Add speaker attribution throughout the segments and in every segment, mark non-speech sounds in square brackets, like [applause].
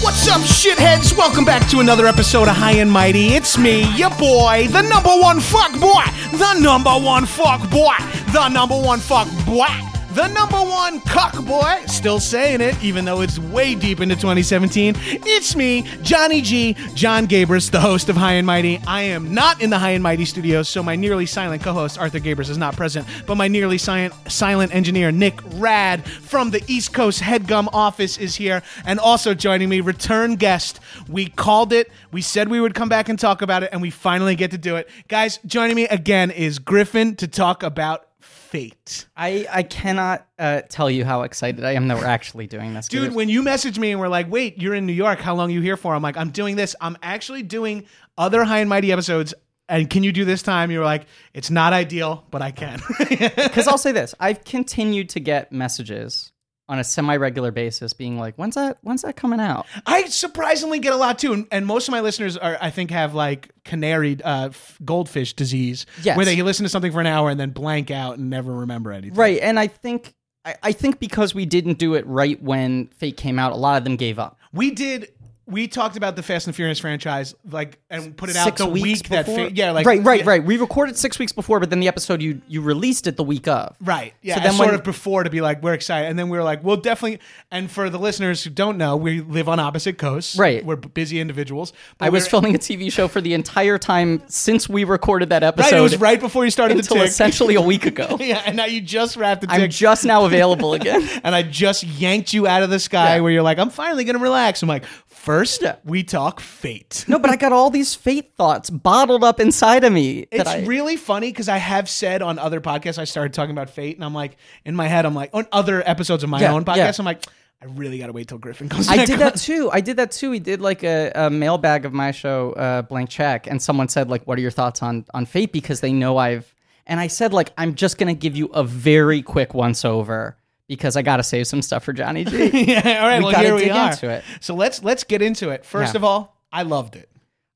Speaker 1: What's up, shitheads? Welcome back to another episode of High and Mighty. It's me, your boy, the number one fuck boy, the number one fuck boy, the number one fuck boy, the number one cuck boy. Still saying it, even though it's way deep into 2017. It's me, Johnny G, John Gabris, the host of High and Mighty. I am not in the High and Mighty studios, so my nearly silent co-host Arthur Gabris is not present, but my nearly silent, silent engineer Nick Rad from the East Coast Headgum office is here, and also joining me, return guest. We called it. We said we would come back and talk about it, and we finally get to do it, guys. Joining me again is Griffin to talk about fate.
Speaker 2: I, I cannot uh, tell you how excited I am that we're actually doing this. 'cause
Speaker 1: Dude,
Speaker 2: it's-
Speaker 1: when you message me and we're like, wait, you're in New York. How long are you here for? I'm like, I'm doing this. I'm actually doing other High and Mighty episodes. And can you do this time? You're like, it's not ideal, but I can. [laughs]
Speaker 2: Because I'll say this, I've continued to get messages on a semi-regular basis, being like, "When's that? When's that coming out?"
Speaker 1: I surprisingly get a lot too, and, and most of my listeners are, I think, have like canary uh, f- goldfish disease,
Speaker 2: Yes.
Speaker 1: where they listen to something for an hour and then blank out and never remember anything.
Speaker 2: Right, and I think I, I think because we didn't do it right when Fate came out, a lot of them gave up.
Speaker 1: We did. We talked about the Fast and Furious franchise, like, and put it out
Speaker 2: Six
Speaker 1: the
Speaker 2: weeks
Speaker 1: week that,
Speaker 2: before,
Speaker 1: fa- yeah, like,
Speaker 2: right, right,
Speaker 1: yeah,
Speaker 2: right. We recorded six weeks before, but then the episode you you released it the week of.
Speaker 1: Right. Yeah.
Speaker 2: So then
Speaker 1: as sort
Speaker 2: when-
Speaker 1: of before to be like, we're excited. And then we were like, we'll definitely. And for the listeners who don't know, we live on opposite coasts.
Speaker 2: Right.
Speaker 1: We're b- busy individuals. But
Speaker 2: I was
Speaker 1: we're-
Speaker 2: filming a TV show for the entire time since we recorded that episode.
Speaker 1: Right. It was right before you started
Speaker 2: until
Speaker 1: the tick.
Speaker 2: essentially a week ago.
Speaker 1: [laughs] yeah. And now you just wrapped the tick.
Speaker 2: I'm just now available again.
Speaker 1: and I just yanked you out of the sky
Speaker 2: Yeah.
Speaker 1: where you're like, I'm finally going to relax. I'm like, first,
Speaker 2: Yeah.
Speaker 1: we talk fate.
Speaker 2: No, but I got all these fate thoughts bottled up inside of me. that
Speaker 1: It's
Speaker 2: I-
Speaker 1: really funny because I have said on other podcasts I started talking about fate, and I'm like in my head I'm like on other episodes of my
Speaker 2: Yeah,
Speaker 1: own podcast
Speaker 2: yeah.
Speaker 1: I'm like I really gotta wait till Griffin comes.
Speaker 2: I
Speaker 1: back
Speaker 2: did
Speaker 1: on. [laughs]
Speaker 2: that too. I did that too. We did like a, a mailbag of my show, uh, Blank Check, and someone said like, "What are your thoughts on on fate?" Because they know I've, and I said like, "I'm just gonna give you a very quick once over because I gotta save some stuff for
Speaker 1: [laughs]
Speaker 2: Johnny G."
Speaker 1: yeah, all right.
Speaker 2: We
Speaker 1: well,
Speaker 2: gotta
Speaker 1: here we
Speaker 2: dig
Speaker 1: are.
Speaker 2: into it.
Speaker 1: So let's let's get into it. First
Speaker 2: Yeah.
Speaker 1: of all, I loved it.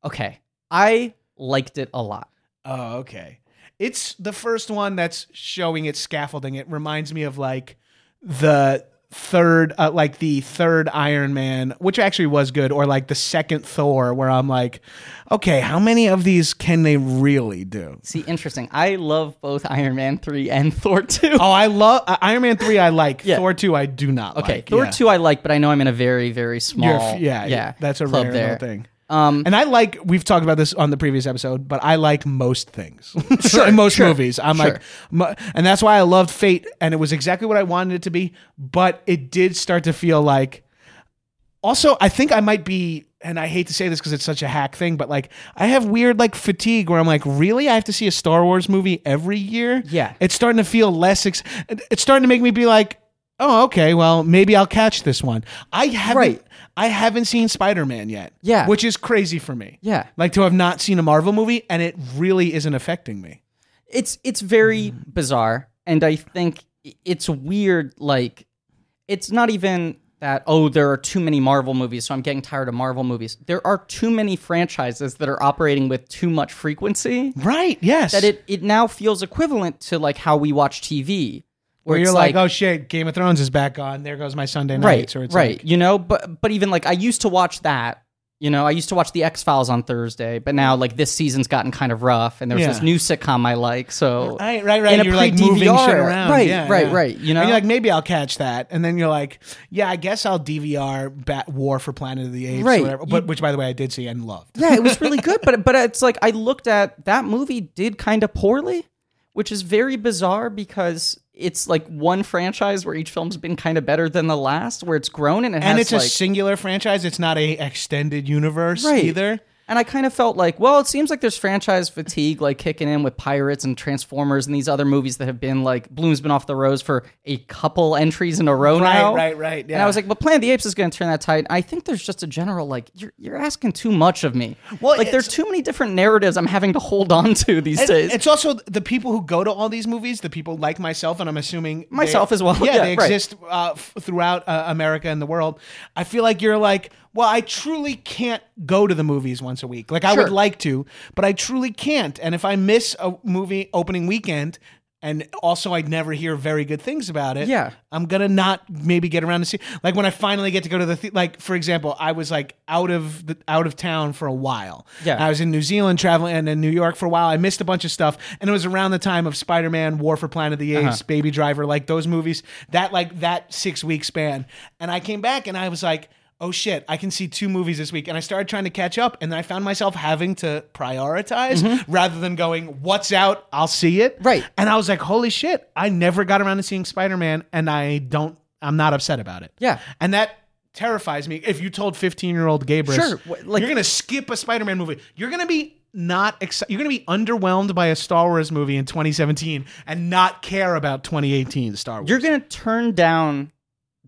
Speaker 2: okay, I liked it a lot.
Speaker 1: Oh, okay. It's the first one that's showing its scaffolding. It reminds me of like the third, uh, like the third Iron Man, which actually was good, or like the second Thor, where I'm like, okay, how many of these can they really do?
Speaker 2: See, interesting. I love both Iron Man three and Thor two.
Speaker 1: Oh, I love uh, Iron Man three. I like
Speaker 2: Yeah.
Speaker 1: Thor two. I do not.
Speaker 2: okay,
Speaker 1: like.
Speaker 2: Thor
Speaker 1: Yeah.
Speaker 2: two I like, but I know I'm in a very very small.
Speaker 1: You're f- yeah, yeah. That's a
Speaker 2: club
Speaker 1: rare
Speaker 2: there.
Speaker 1: little thing.
Speaker 2: Um,
Speaker 1: And I like we've talked about this on the previous episode, but I like most things, [laughs] sure, most movies. I'm
Speaker 2: sure.
Speaker 1: like, mo- and that's why I loved Fate, and it was exactly what I wanted it to be. But it did start to feel like. Also, I think I might be, and I hate to say this because it's such a hack thing, but like I have weird like fatigue where I'm like, really, I have to see a Star Wars movie every year.
Speaker 2: Yeah.
Speaker 1: it's starting to feel less. Ex- it's starting to make me be like. Oh, okay. Well, maybe I'll catch this one. I haven't.
Speaker 2: Right.
Speaker 1: I haven't seen Spider Man yet.
Speaker 2: Yeah.
Speaker 1: which is crazy for me.
Speaker 2: Yeah.
Speaker 1: Like to have not seen a Marvel movie and it really isn't affecting me.
Speaker 2: it's it's very
Speaker 1: Mm.
Speaker 2: bizarre and i think it's weird like it's not even that oh there are too many Marvel movies, so I'm getting tired of Marvel movies. There are too many franchises that are operating with too much frequency
Speaker 3: Right. Yes.
Speaker 2: that it it now feels equivalent to like how we watch TV,
Speaker 1: Where you're like, oh shit, Game of Thrones is back on. There goes my Sunday night.
Speaker 2: right,
Speaker 1: Or it's
Speaker 2: right,
Speaker 1: like-
Speaker 2: you know. But but even like I used to watch that. You know, I used to watch the X Files on Thursday, but now like this season's gotten kind of rough, and there's
Speaker 1: Yeah.
Speaker 2: this new sitcom I like. So
Speaker 1: Right, right, right.
Speaker 2: in a
Speaker 1: You're like moving shit
Speaker 2: pre-DVR.
Speaker 1: around.
Speaker 2: right,
Speaker 1: Yeah,
Speaker 2: right,
Speaker 1: yeah.
Speaker 2: right. You know,
Speaker 1: And you're like, maybe I'll catch that. And then you're like, yeah, I guess I'll DVR Bat War for Planet of the Apes.
Speaker 2: Right.
Speaker 1: Or whatever, but, which, by the way, I did see and loved.
Speaker 2: [laughs] yeah, it
Speaker 1: [laughs]
Speaker 2: was really good, but but it's like I looked at that movie did kind of poorly, which is very bizarre because it's like one franchise where each film's been kind of better than the last, where it's grown and it
Speaker 1: And
Speaker 2: has
Speaker 1: it's a
Speaker 2: like
Speaker 1: singular franchise. It's not a extended universe
Speaker 2: Right.
Speaker 1: either.
Speaker 2: And I kind of felt like, well, it seems like there's franchise fatigue, like kicking in with Pirates and Transformers and these other movies that have been like Bloom's been off the rose for a couple entries in a row
Speaker 1: Right,
Speaker 2: now.
Speaker 1: right, right,
Speaker 2: And
Speaker 1: yeah.
Speaker 2: I was like, but Planet of the Apes is going to turn that tide. I think there's just a general like, you're you're asking too much of me.
Speaker 1: Well,
Speaker 2: like there's
Speaker 1: it's-
Speaker 2: too many different narratives I'm having to hold on to these
Speaker 1: And
Speaker 2: days.
Speaker 1: It's also the people who go to all these movies, the people like myself, and I'm assuming they-
Speaker 2: Myself as well.
Speaker 1: [laughs] Yeah,
Speaker 2: Yeah,
Speaker 1: they
Speaker 2: right.
Speaker 1: exist uh, f- throughout uh, America and the world. I feel like you're like, well, I truly can't go to the movies once a week. Like I
Speaker 2: Sure.
Speaker 1: would like to, but I truly can't. And if I miss a movie opening weekend. And also, I'd never hear very good things about it.
Speaker 2: Yeah.
Speaker 1: I'm gonna not maybe get around to see. Like when I finally get to go to the the- like, for example, I was like out of the out of town for a while.
Speaker 2: Yeah.
Speaker 1: I was in New Zealand traveling and in New York for a while. I missed a bunch of stuff, and it was around the time of Spider Man, War for Planet of the Apes,
Speaker 2: Uh-huh.
Speaker 1: Baby Driver, like those movies. That like that six week span, and I came back and I was like. Oh shit, I can see two movies this week. And I started trying to catch up, and I found myself having to prioritize rather than going, What's out? I'll see it.
Speaker 2: Mm-hmm. Right.
Speaker 1: And I was like, Holy shit, I never got around to seeing Spider Man, and I don't, I'm not upset about it.
Speaker 2: Yeah.
Speaker 1: And that terrifies me. If you told 15 year old Gabriel,
Speaker 2: Sure, wh- like-
Speaker 1: you're gonna skip a Spider-Man movie. You're gonna be not exci- you're gonna be underwhelmed by a Star Wars movie in 2017 and not care about 2018 Star Wars.
Speaker 2: you're going to turn down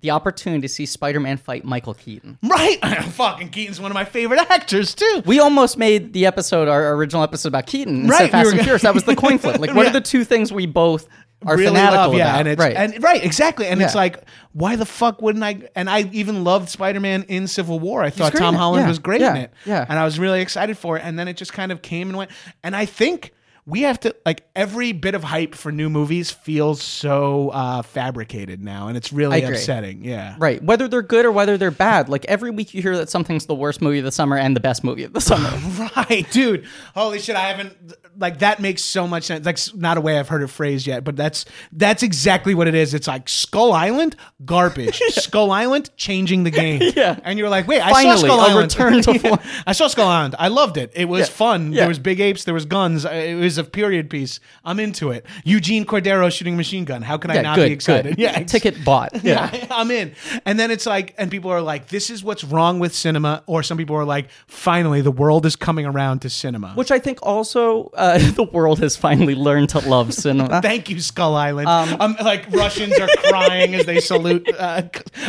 Speaker 2: the opportunity to see Spider-Man fight Michael Keaton.
Speaker 1: right. [laughs] Fucking Keaton's one of my favorite actors too.
Speaker 2: We almost made the episode, our original episode about Keaton instead
Speaker 1: Right,
Speaker 2: of Fast
Speaker 1: we were
Speaker 2: and
Speaker 1: gonna-
Speaker 2: Furious. That was the coin flip. Like,
Speaker 1: [laughs]
Speaker 2: what
Speaker 1: Yeah.
Speaker 2: are the two things we both are
Speaker 1: really
Speaker 2: fanatical
Speaker 1: love, yeah,
Speaker 2: about?
Speaker 1: and it's
Speaker 2: right.
Speaker 1: and right, exactly, and it's
Speaker 2: Yeah.
Speaker 1: like, why the fuck wouldn't I? And I even loved Spider-Man in Civil War. I thought
Speaker 2: great
Speaker 1: Tom
Speaker 2: in it,
Speaker 1: Holland
Speaker 2: yeah,
Speaker 1: was great
Speaker 2: yeah,
Speaker 1: in it,
Speaker 2: yeah.
Speaker 1: and I was really excited for it. And then it just kind of came and went. And I think we have to like every bit of hype for new movies feels so uh, fabricated now, and it's really
Speaker 2: agree.
Speaker 1: upsetting. Yeah,
Speaker 2: right. Whether they're good or whether they're bad. Like every week you hear that something's the worst movie of the summer and the best movie of
Speaker 1: [laughs]
Speaker 2: the summer. [laughs]
Speaker 1: Right, dude. Holy shit! I haven't like that makes so much sense. That's not a way I've heard it phrased yet, but that's that's exactly what it is. It's like Skull Island,
Speaker 2: [laughs]
Speaker 1: garbage. Skull Island, changing the game.
Speaker 2: Yeah.
Speaker 1: And you're like, wait, I saw
Speaker 2: Finally,
Speaker 1: Skull
Speaker 2: a
Speaker 1: Island.
Speaker 2: return
Speaker 1: [laughs]
Speaker 2: to
Speaker 1: Yeah.
Speaker 2: form.
Speaker 1: I saw Skull Island. I loved it. It was fun.
Speaker 2: Yeah.
Speaker 1: There was big apes. There was guns. Uh, It was a period piece. I'm into it. Eugene Cordero shooting a machine gun. How can I
Speaker 2: Yeah,
Speaker 1: not
Speaker 2: good,
Speaker 1: be excited? [laughs]
Speaker 2: good. Ticket bought. Yeah.
Speaker 1: I'm in. And then it's like, and people are like, this is what's wrong with cinema. Or some people are like, finally, the world is coming around to cinema.
Speaker 2: Which I think also uh, [laughs] the world has finally learned to love cinema.
Speaker 1: [laughs] [laughs] Thank you, Skull Island. Um, like Russians are crying as they [laughs] salute uh,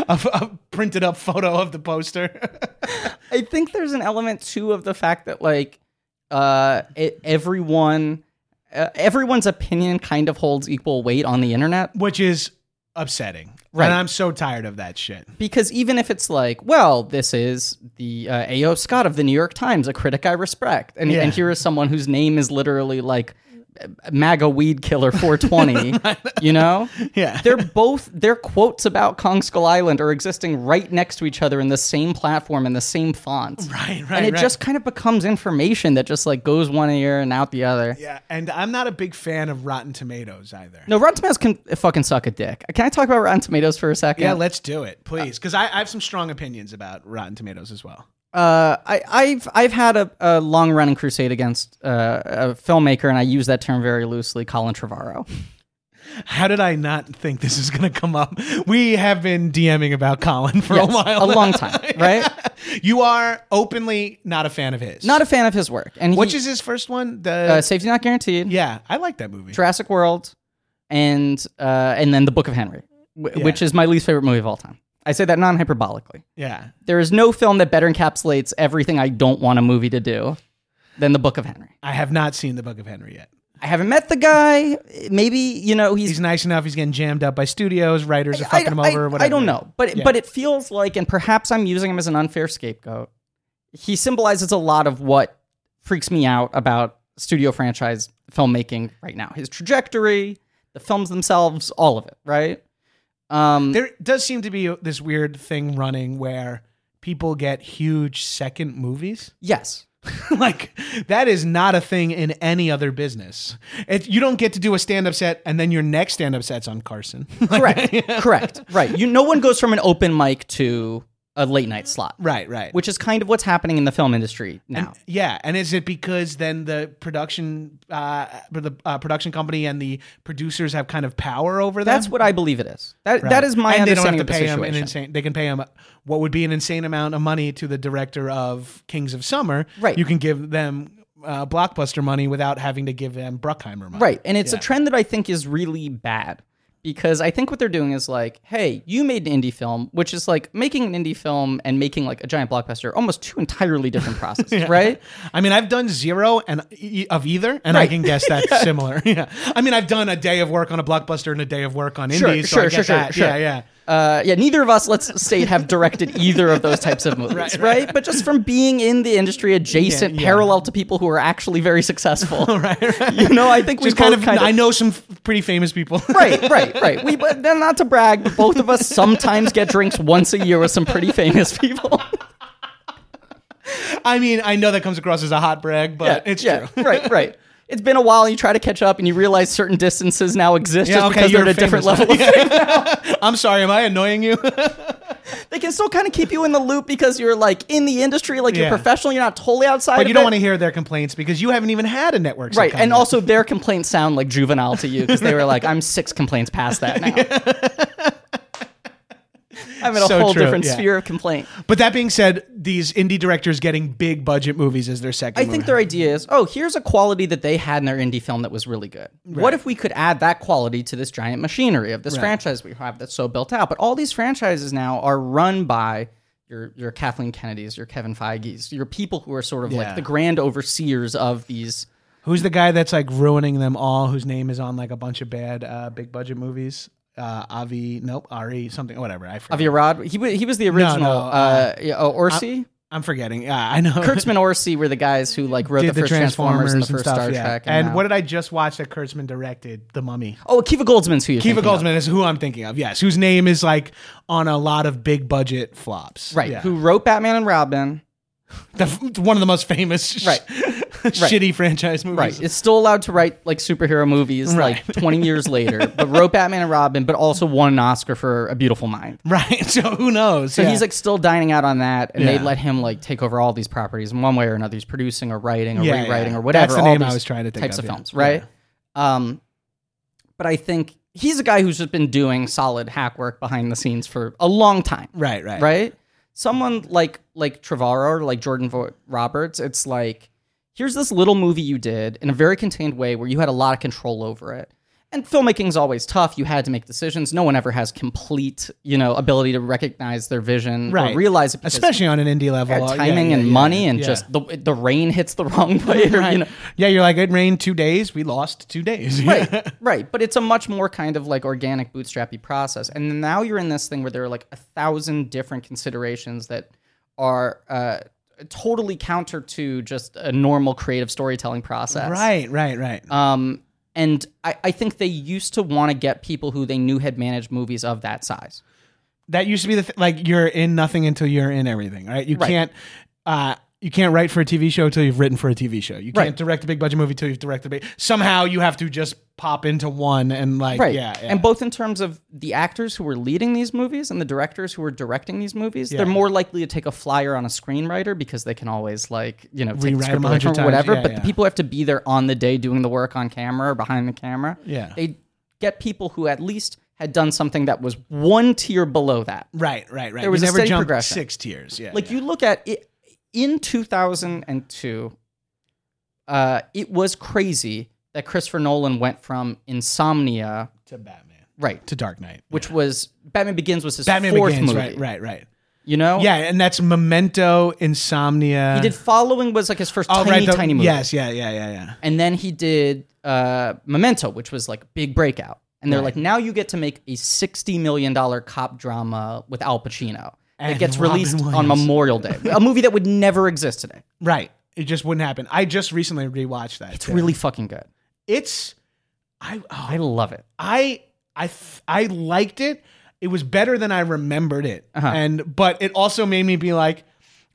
Speaker 1: a, a printed up photo of the poster. [laughs]
Speaker 2: I think there's an element too of the fact that like uh, it, everyone, uh, everyone's opinion kind of holds equal weight on the internet.
Speaker 1: Which is upsetting.
Speaker 2: Right.
Speaker 1: And I'm so tired of that shit.
Speaker 2: because even if it's like, well, this is the uh, A.O. Scott of the New York Times, a critic I respect, and,
Speaker 1: Yeah.
Speaker 2: and here is someone whose name is literally like uh, MAGA weed
Speaker 1: [laughs]
Speaker 2: killer 420, you know?
Speaker 1: Yeah.
Speaker 2: They're both, their quotes about Kong Skull Island are existing right next to each other in the same platform and the same font.
Speaker 1: [laughs] Right, right,
Speaker 2: And it
Speaker 1: right.
Speaker 2: just kind of becomes information that just like goes one ear and out the other.
Speaker 1: Yeah. And I'm not a big fan of Rotten Tomatoes either.
Speaker 2: No, Rotten Tomatoes can fucking suck a dick. Can I talk about Rotten Tomatoes for a second?
Speaker 1: Yeah, Uh, let's do it, please. Because I, I have some strong opinions about Rotten Tomatoes as well.
Speaker 2: uh, I, I've I've had a, a long running crusade against uh, a filmmaker, and I use that term very loosely,
Speaker 1: [laughs]
Speaker 2: Colin Trevorrow.
Speaker 1: How did I not think this is going to come up? We have been DMing about Colin for
Speaker 2: Yes,
Speaker 1: a while.
Speaker 2: a long time, right?
Speaker 1: [laughs] you are openly not a fan of his.
Speaker 2: Not a fan of his work, and he,
Speaker 1: Which is his first one? The
Speaker 2: uh, safety not guaranteed,
Speaker 1: Yeah, I like that movie.
Speaker 2: Jurassic World, and uh, and then the Book of Henry, w-
Speaker 1: Yeah.
Speaker 2: which is my least favorite movie of all time. I say that non hyperbolically.
Speaker 1: yeah.
Speaker 2: There is no film that better encapsulates everything I don't want a movie to do than the Book of Henry.
Speaker 1: I have not seen The Book of Henry yet.
Speaker 2: I haven't met the guy. Maybe you know he's
Speaker 1: He's nice enough. He's getting jammed up by studios. Writers are fucking him over. or whatever.
Speaker 2: I don't know, but
Speaker 1: Yeah.
Speaker 2: but it feels like, and perhaps I'm using him as an unfair scapegoat. He symbolizes a lot of what freaks me out about studio franchise filmmaking right now. His trajectory, the films themselves, all of it. Right? Um,
Speaker 1: There does seem to be this weird thing running where people get huge second movies.
Speaker 2: yes.
Speaker 1: [laughs] like that is not a thing in any other business. It, you don't get to do a stand up set and then your next stand up set's on Carson. [laughs] Like,
Speaker 2: Correct. Correct. Right. You. No one goes from an open mic to a late night slot.
Speaker 1: right, right.
Speaker 2: Which is kind of what's happening in the film industry now.
Speaker 1: yeah, and is it because then the production, uh, the uh, production company and the producers have kind of power over them?
Speaker 2: That's what I believe it is. That that is my
Speaker 1: and they don't have
Speaker 2: understanding
Speaker 1: to
Speaker 2: of the
Speaker 1: pay him
Speaker 2: situation.
Speaker 1: an insane. They can pay him what would be an insane amount of money to the director of Kings of Summer.
Speaker 2: Right.
Speaker 1: You can give them uh, blockbuster money without having to give them Bruckheimer money.
Speaker 2: Right. And it's a trend that I think is really bad because I think what they're doing is like, hey, you made an indie film, which is like making an indie film and making like a giant blockbuster, almost two entirely
Speaker 1: [laughs]
Speaker 2: different processes, right?
Speaker 1: I mean, I've done zero and e- of either, and I
Speaker 2: Right.
Speaker 1: can
Speaker 2: [laughs]
Speaker 1: guess that's similar. [laughs] Yeah. I mean, I've done a day of work on a blockbuster and a day of work on
Speaker 2: Sure,
Speaker 1: indies. so I
Speaker 2: sure,
Speaker 1: get
Speaker 2: sure, sure,
Speaker 1: that.
Speaker 2: sure.
Speaker 1: Yeah, yeah.
Speaker 2: Uh, yeah, neither of us, let's state, have directed either of those types
Speaker 1: [laughs]
Speaker 2: of movies, right, But just from being in the industry adjacent,
Speaker 1: Yeah, yeah.
Speaker 2: parallel to people who are actually
Speaker 1: [laughs]
Speaker 2: very successful, right, You know, I think we
Speaker 1: Just kind
Speaker 2: both
Speaker 1: of, I know some f- pretty famous people. [laughs]
Speaker 2: Right, right, right. We, but then not to brag, but both of us sometimes get drinks once a year with some pretty famous people. [laughs]
Speaker 1: I mean, I know that comes across as a hot brag, but it's true.
Speaker 2: right, right. It's been a while. And you try to catch up, and you realize certain distances now
Speaker 1: [laughs]
Speaker 2: exist
Speaker 1: Yeah,
Speaker 2: just
Speaker 1: okay,
Speaker 2: because they're at
Speaker 1: you're
Speaker 2: a different
Speaker 1: famous.
Speaker 2: level.
Speaker 1: [laughs]
Speaker 2: Of
Speaker 1: I'm sorry, am I annoying you?
Speaker 2: [laughs] They can still kind of keep you in the loop because you're like in the industry, like
Speaker 1: Yeah.
Speaker 2: you're professional. You're not totally outside.
Speaker 1: but
Speaker 2: of
Speaker 1: you don't
Speaker 2: it.
Speaker 1: want to hear their complaints because you haven't even had a network.
Speaker 2: Right,
Speaker 1: sitcom
Speaker 2: and
Speaker 1: yet.
Speaker 2: also their complaints sound like juvenile to you because they were like, "I'm six complaints past that now."
Speaker 1: [laughs]
Speaker 2: I'm in a
Speaker 1: So
Speaker 2: whole
Speaker 1: true,
Speaker 2: different
Speaker 1: yeah.
Speaker 2: sphere of complaint.
Speaker 1: But that being said, these indie directors getting big budget movies as their second.
Speaker 2: I think their idea is, oh, here's a quality that they had in their indie film that was really good. What if we could add that quality to this giant machinery of this franchise we have that's so built out? But all these franchises now are run by your your Kathleen Kennedys, your Kevin Feige's, your people who are sort of
Speaker 1: Yeah.
Speaker 2: like the grand overseers of these.
Speaker 1: Who's the guy that's like ruining them all? Whose name is on like a bunch of bad uh, big budget movies? Uh, Avi, nope, Ari, something, whatever. I forget.
Speaker 2: Avi Arad, he wa- he was the original
Speaker 1: no,
Speaker 2: uh, yeah, oh, Orsi.
Speaker 1: I'm forgetting. Yeah, I know. [laughs]
Speaker 2: Kurtzman Orsi were the guys who like wrote the, first Transformers, and the first Star
Speaker 1: yeah.
Speaker 2: Trek.
Speaker 1: And,
Speaker 2: now-
Speaker 1: what did I just watch that Kurtzman directed? The Mummy.
Speaker 2: oh, Akiva Goldsman's who you
Speaker 1: Kiva Goldsman is who I'm thinking of. Yes, whose name is like on a lot of big budget flops.
Speaker 2: right?
Speaker 1: Yeah.
Speaker 2: Who wrote Batman and Robin?
Speaker 1: The, one of the most famous, [laughs]
Speaker 2: Right.
Speaker 1: shitty franchise movies.
Speaker 2: Right. It's still allowed to write like superhero movies
Speaker 1: Right.
Speaker 2: like 20
Speaker 1: [laughs]
Speaker 2: years later, but wrote Batman and Robin, but also won an Oscar for A Beautiful Mind.
Speaker 1: Right. [laughs] So who knows?
Speaker 2: So he's like still dining out on that, and they
Speaker 1: Yeah.
Speaker 2: let him like take over all these properties in one way or another. He's producing or writing or
Speaker 1: Yeah,
Speaker 2: rewriting
Speaker 1: yeah.
Speaker 2: or whatever.
Speaker 1: That's the
Speaker 2: all
Speaker 1: name I
Speaker 2: these
Speaker 1: was trying to think
Speaker 2: types
Speaker 1: of,
Speaker 2: of,
Speaker 1: yeah.
Speaker 2: films, right? Um, but I think he's a guy who's just been doing solid hack work behind the scenes for a long time
Speaker 1: right, right,
Speaker 2: right? Someone like like Trevorrow or like Jordan Vo- Roberts, it's like here's this little movie you did in a very contained way where you had a lot of control over it. And filmmaking is always tough. You had to make decisions. No one ever has complete, you know, ability to recognize their vision
Speaker 1: Right.
Speaker 2: or realize it. because
Speaker 1: Especially on an indie level,
Speaker 2: their
Speaker 1: Oh, yeah,
Speaker 2: timing
Speaker 1: yeah,
Speaker 2: and
Speaker 1: yeah,
Speaker 2: money and
Speaker 1: yeah.
Speaker 2: just the the rain hits
Speaker 1: [laughs]
Speaker 2: the wrong way. Or, you know,
Speaker 1: yeah, you're like it rained two days, we lost two days. [laughs]
Speaker 2: right right but it's a much more kind of like organic bootstrappy process and then now you're in this thing where there are like a thousand different considerations that are uh, totally counter to just a normal creative storytelling process
Speaker 1: right, right, right.
Speaker 2: um, and I, I think they used to want to get people who they knew had managed movies of that size
Speaker 1: that used to be the th- like you're in nothing until you're in everything. Right, you
Speaker 2: Right.
Speaker 1: can't. Uh, you can't write for a TV show until you've written for a TV show. You can't
Speaker 2: Right.
Speaker 1: direct a big budget movie until you've directed a big. Somehow you have to just pop into one and like
Speaker 2: right
Speaker 1: yeah, yeah.
Speaker 2: and both in terms of the actors who were leading these movies and the directors who were directing these movies they're more likely to take a flyer on a screenwriter because they can always like you know take the
Speaker 1: Rewrite
Speaker 2: script
Speaker 1: them a
Speaker 2: away
Speaker 1: hundred
Speaker 2: from
Speaker 1: times.
Speaker 2: whatever
Speaker 1: Yeah,
Speaker 2: but
Speaker 1: yeah.
Speaker 2: the people who have to be there on the day doing the work on camera or behind the camera
Speaker 1: Yeah.
Speaker 2: they get people who at least had done something that was one tier below that
Speaker 1: right, right, right.
Speaker 2: There was
Speaker 1: you
Speaker 2: a
Speaker 1: never
Speaker 2: steady
Speaker 1: jumped
Speaker 2: progression.
Speaker 1: six tiers. Yeah,
Speaker 2: like
Speaker 1: yeah.
Speaker 2: you look at it in 2002 uh, it was crazy that christopher nolan went from insomnia
Speaker 1: to Batman
Speaker 2: right
Speaker 1: to Dark Knight,
Speaker 2: which was Batman Begins was his
Speaker 1: Batman
Speaker 2: fourth
Speaker 1: Begins.
Speaker 2: movie.
Speaker 1: Right, right, right.
Speaker 2: You know,
Speaker 1: Yeah, and that's Memento, Insomnia. Oh,
Speaker 2: He did Following was like his first tiny
Speaker 1: the-
Speaker 2: tiny movie.
Speaker 1: Yes, yeah, yeah, yeah, yeah.
Speaker 2: and then he did uh, Memento, which was like a big breakout. And they're like, now you get to make a $60 million cop drama with Al Pacino
Speaker 1: And
Speaker 2: that gets
Speaker 1: Robin
Speaker 2: released on
Speaker 1: Williams.
Speaker 2: Memorial Day, a movie that would never exist today.
Speaker 1: Right. It just wouldn't happen. I just recently rewatched that.
Speaker 2: It's
Speaker 1: too.
Speaker 2: really fucking good.
Speaker 1: It's. I oh,
Speaker 2: I love it.
Speaker 1: I I th- I liked it. It was better than I remembered it,
Speaker 2: Uh-huh.
Speaker 1: and but it also made me be like,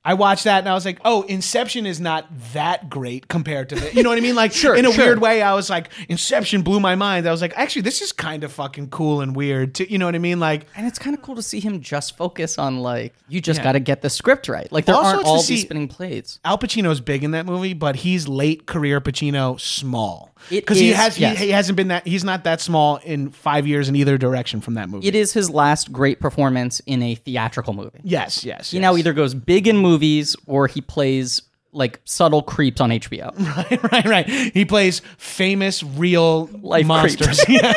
Speaker 1: I watched that and I was like, oh, Inception is not that great compared to this. You know what I mean? Like,
Speaker 2: [laughs] Sure,
Speaker 1: in a
Speaker 2: sure.
Speaker 1: weird way, I was like, Inception blew my mind. I was like, actually, this is kind of fucking cool and weird. Too. You know what I mean? Like,
Speaker 2: And it's kind of cool to see him just focus on like, you just got to get the script right. Like, there
Speaker 1: Also
Speaker 2: aren't
Speaker 1: to
Speaker 2: all
Speaker 1: see-
Speaker 2: these spinning plates.
Speaker 1: Al Pacino's big in that movie, but he's late career Pacino small
Speaker 2: It
Speaker 1: because he
Speaker 2: is-
Speaker 1: has
Speaker 2: yes.
Speaker 1: he, he hasn't been that he's not that small in five years in either direction from that movie.
Speaker 2: It is his last great performance in a theatrical movie.
Speaker 1: yes, yes.
Speaker 2: He
Speaker 1: yes.
Speaker 2: now either goes big in movies or he plays like subtle creeps
Speaker 1: [laughs]
Speaker 2: on HBO.
Speaker 1: right, right. He plays famous real
Speaker 2: Life
Speaker 1: monsters. [laughs]
Speaker 2: [laughs]
Speaker 1: Yeah,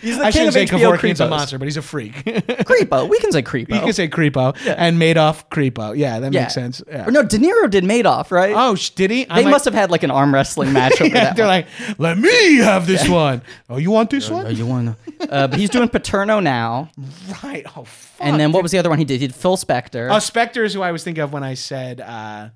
Speaker 2: He's the
Speaker 1: I shouldn't say Kevorkian's a
Speaker 2: creepos.
Speaker 1: monster, but he's a freak. [laughs] you
Speaker 2: Creepo. We can say creepo.
Speaker 1: can say creepo and Madoff creepo. Yeah, that
Speaker 2: Yeah.
Speaker 1: makes sense. Yeah.
Speaker 2: Or no, De Niro did Madoff, right?
Speaker 1: Oh, sh- did he?
Speaker 2: they must have had like an
Speaker 1: [laughs]
Speaker 2: arm wrestling match over that.
Speaker 1: They're
Speaker 2: one.
Speaker 1: like, let me have this one. Oh, you want this one?
Speaker 2: you want uh, but he's doing Paterno now,
Speaker 1: [laughs] Right. Oh, fuck.
Speaker 2: and then what was the other one he did? He did Phil Spector,
Speaker 1: Oh, Spectre is who I was thinking of when I said uh,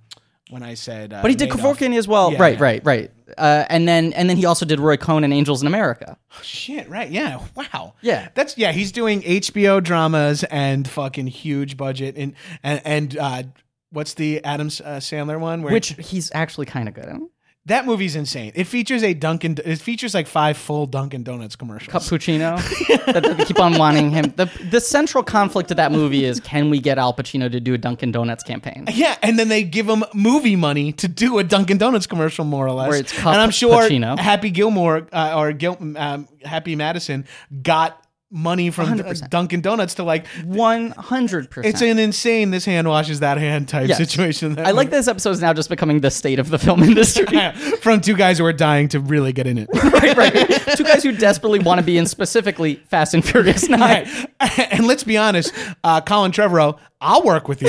Speaker 1: when I said. Uh,
Speaker 2: but he did
Speaker 1: Madoff.
Speaker 2: Kevorkian as well.
Speaker 1: Yeah,
Speaker 2: right,
Speaker 1: yeah.
Speaker 2: right, right. Uh, and then and then he also did Roy Cohn and Angels in America.
Speaker 1: Oh, Shit. Right. Yeah. Wow.
Speaker 2: Yeah.
Speaker 1: That's yeah. He's doing HBO dramas and fucking huge budget and and and uh, what's the Adam S- uh, Sandler one? Where
Speaker 2: Which he's actually kind of good in.
Speaker 1: that movie's insane. It features a Dunkin'. It features like five full Dunkin' Donuts commercials. [laughs]
Speaker 2: Cappuccino. that they keep on wanting him. The the central conflict of that movie is can we get Al Pacino to do a Dunkin' Donuts campaign?
Speaker 1: Yeah, and then they give him movie money to do a Dunkin' Donuts commercial, more or less.
Speaker 2: Where it's Cap-
Speaker 1: and I'm sure
Speaker 2: Pacino.
Speaker 1: Happy Gilmore uh, or Gil- um, Happy Madison got money from uh,
Speaker 2: 100%.
Speaker 1: Dunkin' Donuts to like.
Speaker 2: One hundred percent.
Speaker 1: It's an insane this hand washes that hand type
Speaker 2: Yes.
Speaker 1: situation. That
Speaker 2: I like this episode is now just becoming the state of the film
Speaker 1: [laughs]
Speaker 2: industry. right,
Speaker 1: from two guys who are dying to really get in it.
Speaker 2: right. Two guys who desperately want to be in specifically Fast and Furious Nine.
Speaker 1: [laughs] and let's be honest, uh, Colin Trevorrow, I'll work with you.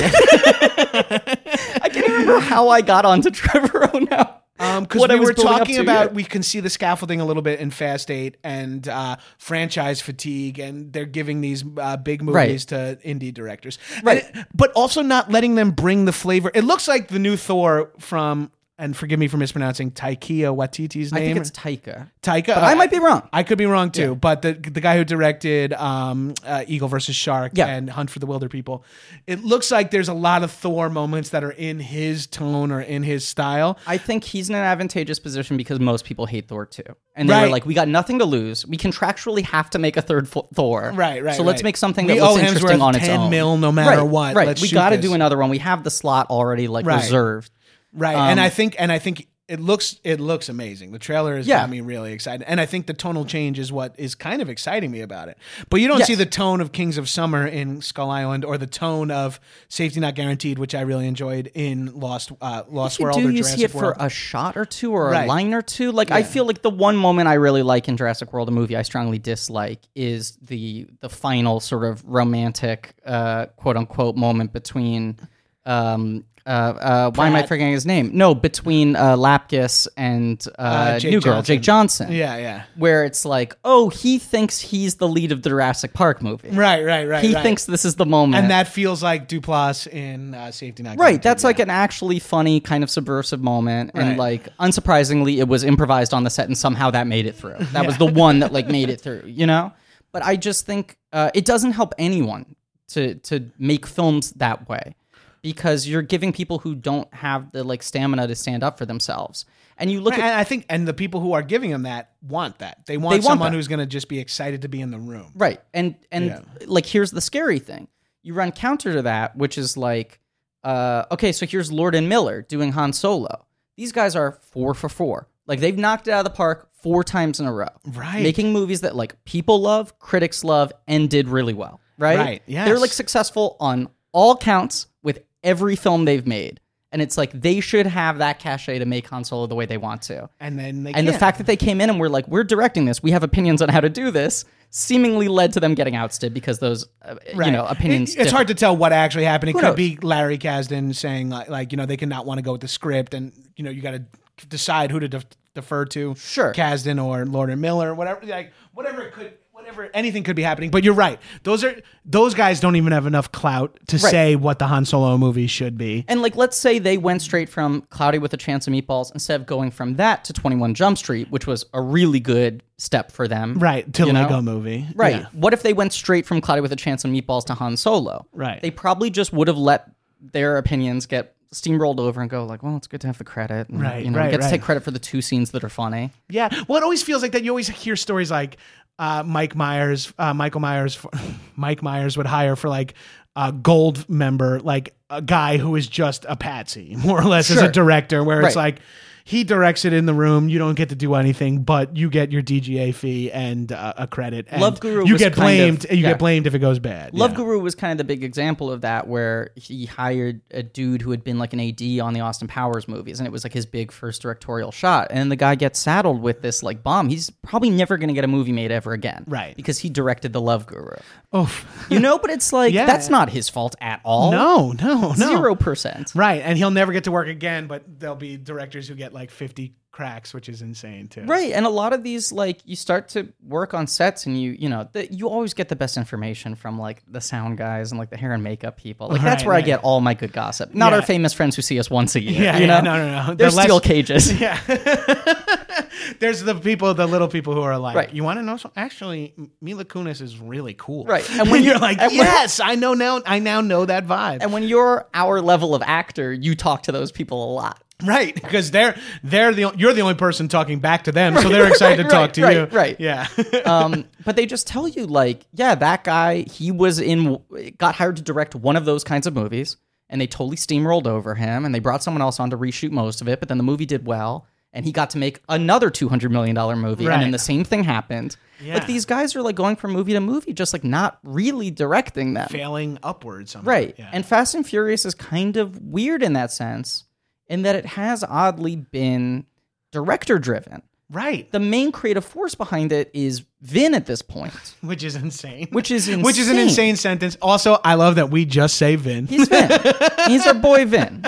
Speaker 2: I can't even remember how I got onto Trevor now.
Speaker 1: Um, because
Speaker 2: What I
Speaker 1: we
Speaker 2: was
Speaker 1: were
Speaker 2: building up
Speaker 1: talking
Speaker 2: to,
Speaker 1: about,
Speaker 2: yeah.
Speaker 1: we can see the scaffolding a little bit in Fast Eight and uh, franchise fatigue, and they're giving these uh, big movies to indie directors, And
Speaker 2: Right.
Speaker 1: it- but also not letting them bring the flavor. It looks like the new Thor from, and forgive me for mispronouncing Taika Waititi's
Speaker 2: I
Speaker 1: name.
Speaker 2: think it's Taika.
Speaker 1: Taika.
Speaker 2: But I might be wrong.
Speaker 1: I could be wrong too, but the the guy who directed um, uh, Eagle versus Shark
Speaker 2: Yeah.
Speaker 1: and Hunt for the Wilder People, it looks like there's a lot of Thor moments that are in his tone or in his style.
Speaker 2: I think he's in an advantageous position because most people hate Thor too, and they
Speaker 1: Right.
Speaker 2: were like, "We got nothing to lose. We contractually have to make a third fo- Thor.
Speaker 1: Right, right,
Speaker 2: So let's
Speaker 1: right.
Speaker 2: make something
Speaker 1: We
Speaker 2: that
Speaker 1: owe
Speaker 2: looks
Speaker 1: Hemsworth
Speaker 2: interesting on its
Speaker 1: 10
Speaker 2: own.
Speaker 1: mil no matter
Speaker 2: right,
Speaker 1: what.
Speaker 2: Right.
Speaker 1: Let's
Speaker 2: we
Speaker 1: shoot
Speaker 2: got to
Speaker 1: this.
Speaker 2: do another one. We have the slot already like
Speaker 1: Right.
Speaker 2: reserved.
Speaker 1: Right, and
Speaker 2: Um,
Speaker 1: I think and I think it looks it looks amazing. The trailer has
Speaker 2: Yeah.
Speaker 1: got me really excited, and I think the tonal change is what is kind of exciting me about it. But you don't see
Speaker 2: Yes.
Speaker 1: the tone of Kings of Summer in Skull Island, or the tone of Safety Not Guaranteed, which I really enjoyed in Lost uh, Lost
Speaker 2: You
Speaker 1: World.
Speaker 2: do
Speaker 1: or
Speaker 2: you
Speaker 1: Jurassic
Speaker 2: see it
Speaker 1: World.
Speaker 2: for a shot or two or
Speaker 1: Right.
Speaker 2: a line or two? Like I feel like the one moment I really like in Jurassic World, a movie I strongly dislike, is the the final sort of romantic uh, quote unquote moment between. Um, uh, uh, why am I forgetting his name? No, between uh, Lapkus and uh,
Speaker 1: Jake
Speaker 2: New Girl,
Speaker 1: Johnson.
Speaker 2: Jake Johnson.
Speaker 1: Yeah, yeah.
Speaker 2: Where it's like, oh, he thinks he's the lead of the Jurassic Park movie.
Speaker 1: Right, right, right.
Speaker 2: He
Speaker 1: right.
Speaker 2: thinks this is the moment.
Speaker 1: and that feels like Duplass in uh, Safety Not
Speaker 2: Right,
Speaker 1: Guaranteed.
Speaker 2: that's like an actually funny kind of subversive moment,
Speaker 1: Right.
Speaker 2: and like unsurprisingly, it was improvised on the set, and somehow that made it through. That was the one that like made it through, you know. But I just think uh, it doesn't help anyone to to make films that way because you're giving people who don't have the like stamina to stand up for themselves, and you look
Speaker 1: And
Speaker 2: at
Speaker 1: I think, and the people who are giving him that want that. They want,
Speaker 2: They want
Speaker 1: someone
Speaker 2: that.
Speaker 1: who's going to just be excited to be in the room.
Speaker 2: Right. And and
Speaker 1: Yeah.
Speaker 2: like here's the scary thing. You run counter to that, which is like, uh, okay, so here's Lord and Miller doing Han Solo. These guys are four for four. Like they've knocked it out of the park four times in a row.
Speaker 1: Right.
Speaker 2: Making movies that like people love, critics love, and did really well. Right.
Speaker 1: Right, yes.
Speaker 2: They're like successful on all counts with every film they've made. And it's like they should have that cachet to make Han Solo the way they want to.
Speaker 1: And then they
Speaker 2: And the
Speaker 1: can't.
Speaker 2: fact that they came in and were like, we're directing this, we have opinions on how to do this, seemingly led to them getting ousted because those, uh, you know,
Speaker 1: It-
Speaker 2: opinions.
Speaker 1: it's hard to tell what actually happened. It could
Speaker 2: knows?
Speaker 1: be Larry Kasdan saying like, like, you know, they cannot want to go with the script, and you know, you got to decide who to de- defer to
Speaker 2: Sure.
Speaker 1: Kasdan or Lord and Miller, whatever, like whatever it could, whatever anything could be happening. But you're right; those are those guys don't even have enough clout to
Speaker 2: Right.
Speaker 1: say what the Han Solo movie should be.
Speaker 2: And like, let's say they went straight from Cloudy with a Chance of Meatballs instead of going from that to Twenty One Jump Street, which was a really good step for them.
Speaker 1: Right to
Speaker 2: you know?
Speaker 1: Lego Movie,
Speaker 2: Right.
Speaker 1: Yeah.
Speaker 2: What if they went straight from Cloudy with a Chance of Meatballs to Han Solo?
Speaker 1: Right.
Speaker 2: They probably just would have let their opinions get steamrolled over and go like, well, it's good to have the credit. And,
Speaker 1: Right,
Speaker 2: You know,
Speaker 1: right,
Speaker 2: get to
Speaker 1: right.
Speaker 2: take credit for the two scenes that are funny.
Speaker 1: Yeah. Well, it always feels like that. You always hear stories like uh, Mike Myers, uh, Michael Myers, [laughs] Mike Myers would hire for like a gold member, like a guy who is just a patsy, [laughs] more or less, as a
Speaker 2: Sure.
Speaker 1: director, where it's
Speaker 2: Right.
Speaker 1: like he directs it in the room. You don't get to do anything, but you get your DGA fee and uh, a credit. And
Speaker 2: Love Guru
Speaker 1: You
Speaker 2: was
Speaker 1: get
Speaker 2: kind
Speaker 1: blamed.
Speaker 2: of-
Speaker 1: you
Speaker 2: yeah.
Speaker 1: get blamed if it goes bad.
Speaker 2: Love
Speaker 1: Yeah.
Speaker 2: Guru was kind of the big example of that, where he hired a dude who had been like an AD on the Austin Powers movies, and it was like his big first directorial shot. And the guy gets saddled with this like bomb. He's probably never going to get a movie made ever again,
Speaker 1: Right.
Speaker 2: Because he directed the Love Guru,
Speaker 1: Oh
Speaker 2: you know. But it's like
Speaker 1: Yeah.
Speaker 2: that's not his fault at all.
Speaker 1: no, no, no.
Speaker 2: zero percent.
Speaker 1: Right, and he'll never get to work again. But there'll be directors who get like fifty cracks, which is insane too.
Speaker 2: Right, and a lot of these, like, you start to work on sets, and you, you know, the, you always get the best information from like the sound guys and like the hair and makeup people. Like that's
Speaker 1: Right,
Speaker 2: where I
Speaker 1: right.
Speaker 2: get all my good gossip. Not
Speaker 1: Yeah.
Speaker 2: our famous friends who see us once a year.
Speaker 1: Yeah,
Speaker 2: you
Speaker 1: yeah, no,
Speaker 2: know?
Speaker 1: no, no.
Speaker 2: They're
Speaker 1: The less-
Speaker 2: steel cages.
Speaker 1: [laughs] There's the people, the little people who are like,
Speaker 2: Right.
Speaker 1: you want to know? some- Actually, M- Mila Kunis is really cool. [laughs]
Speaker 2: Right.
Speaker 1: And
Speaker 2: And
Speaker 1: when
Speaker 2: when-
Speaker 1: you're like,
Speaker 2: and when-
Speaker 1: yes, I know now. I now know that vibe.
Speaker 2: And when you're our level of actor, you talk to those people a lot.
Speaker 1: [laughs] right, because they're they're the o- you're the only person talking back to them, so they're
Speaker 2: [laughs]
Speaker 1: excited to
Speaker 2: right,
Speaker 1: talk to
Speaker 2: right,
Speaker 1: you.
Speaker 2: right.
Speaker 1: Yeah. [laughs]
Speaker 2: Um, but they just tell you, like, yeah, that guy, he was in, got hired to direct one of those kinds of movies, and they totally steamrolled over him, and they brought someone else on to reshoot most of it, but then the movie did well, and he got to make another two hundred million dollar movie, and
Speaker 1: Right.
Speaker 2: then the same thing happened.
Speaker 1: Yeah.
Speaker 2: Like these guys are like going from movie to movie, just like not really directing them.
Speaker 1: Failing upwards. Somehow.
Speaker 2: Right.
Speaker 1: Yeah.
Speaker 2: And Fast and Furious is kind of weird in that sense, in that it has oddly been director driven.
Speaker 1: right. [laughs]
Speaker 2: The main creative force behind it is Vin at this point,
Speaker 1: Which is insane.
Speaker 2: [laughs] which is insane.
Speaker 1: [laughs] Which is an insane sentence. Also, I love that we just say Vin.
Speaker 2: He's Vin. [laughs] He's our boy Vin.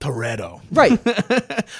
Speaker 1: Toretto.
Speaker 2: Right.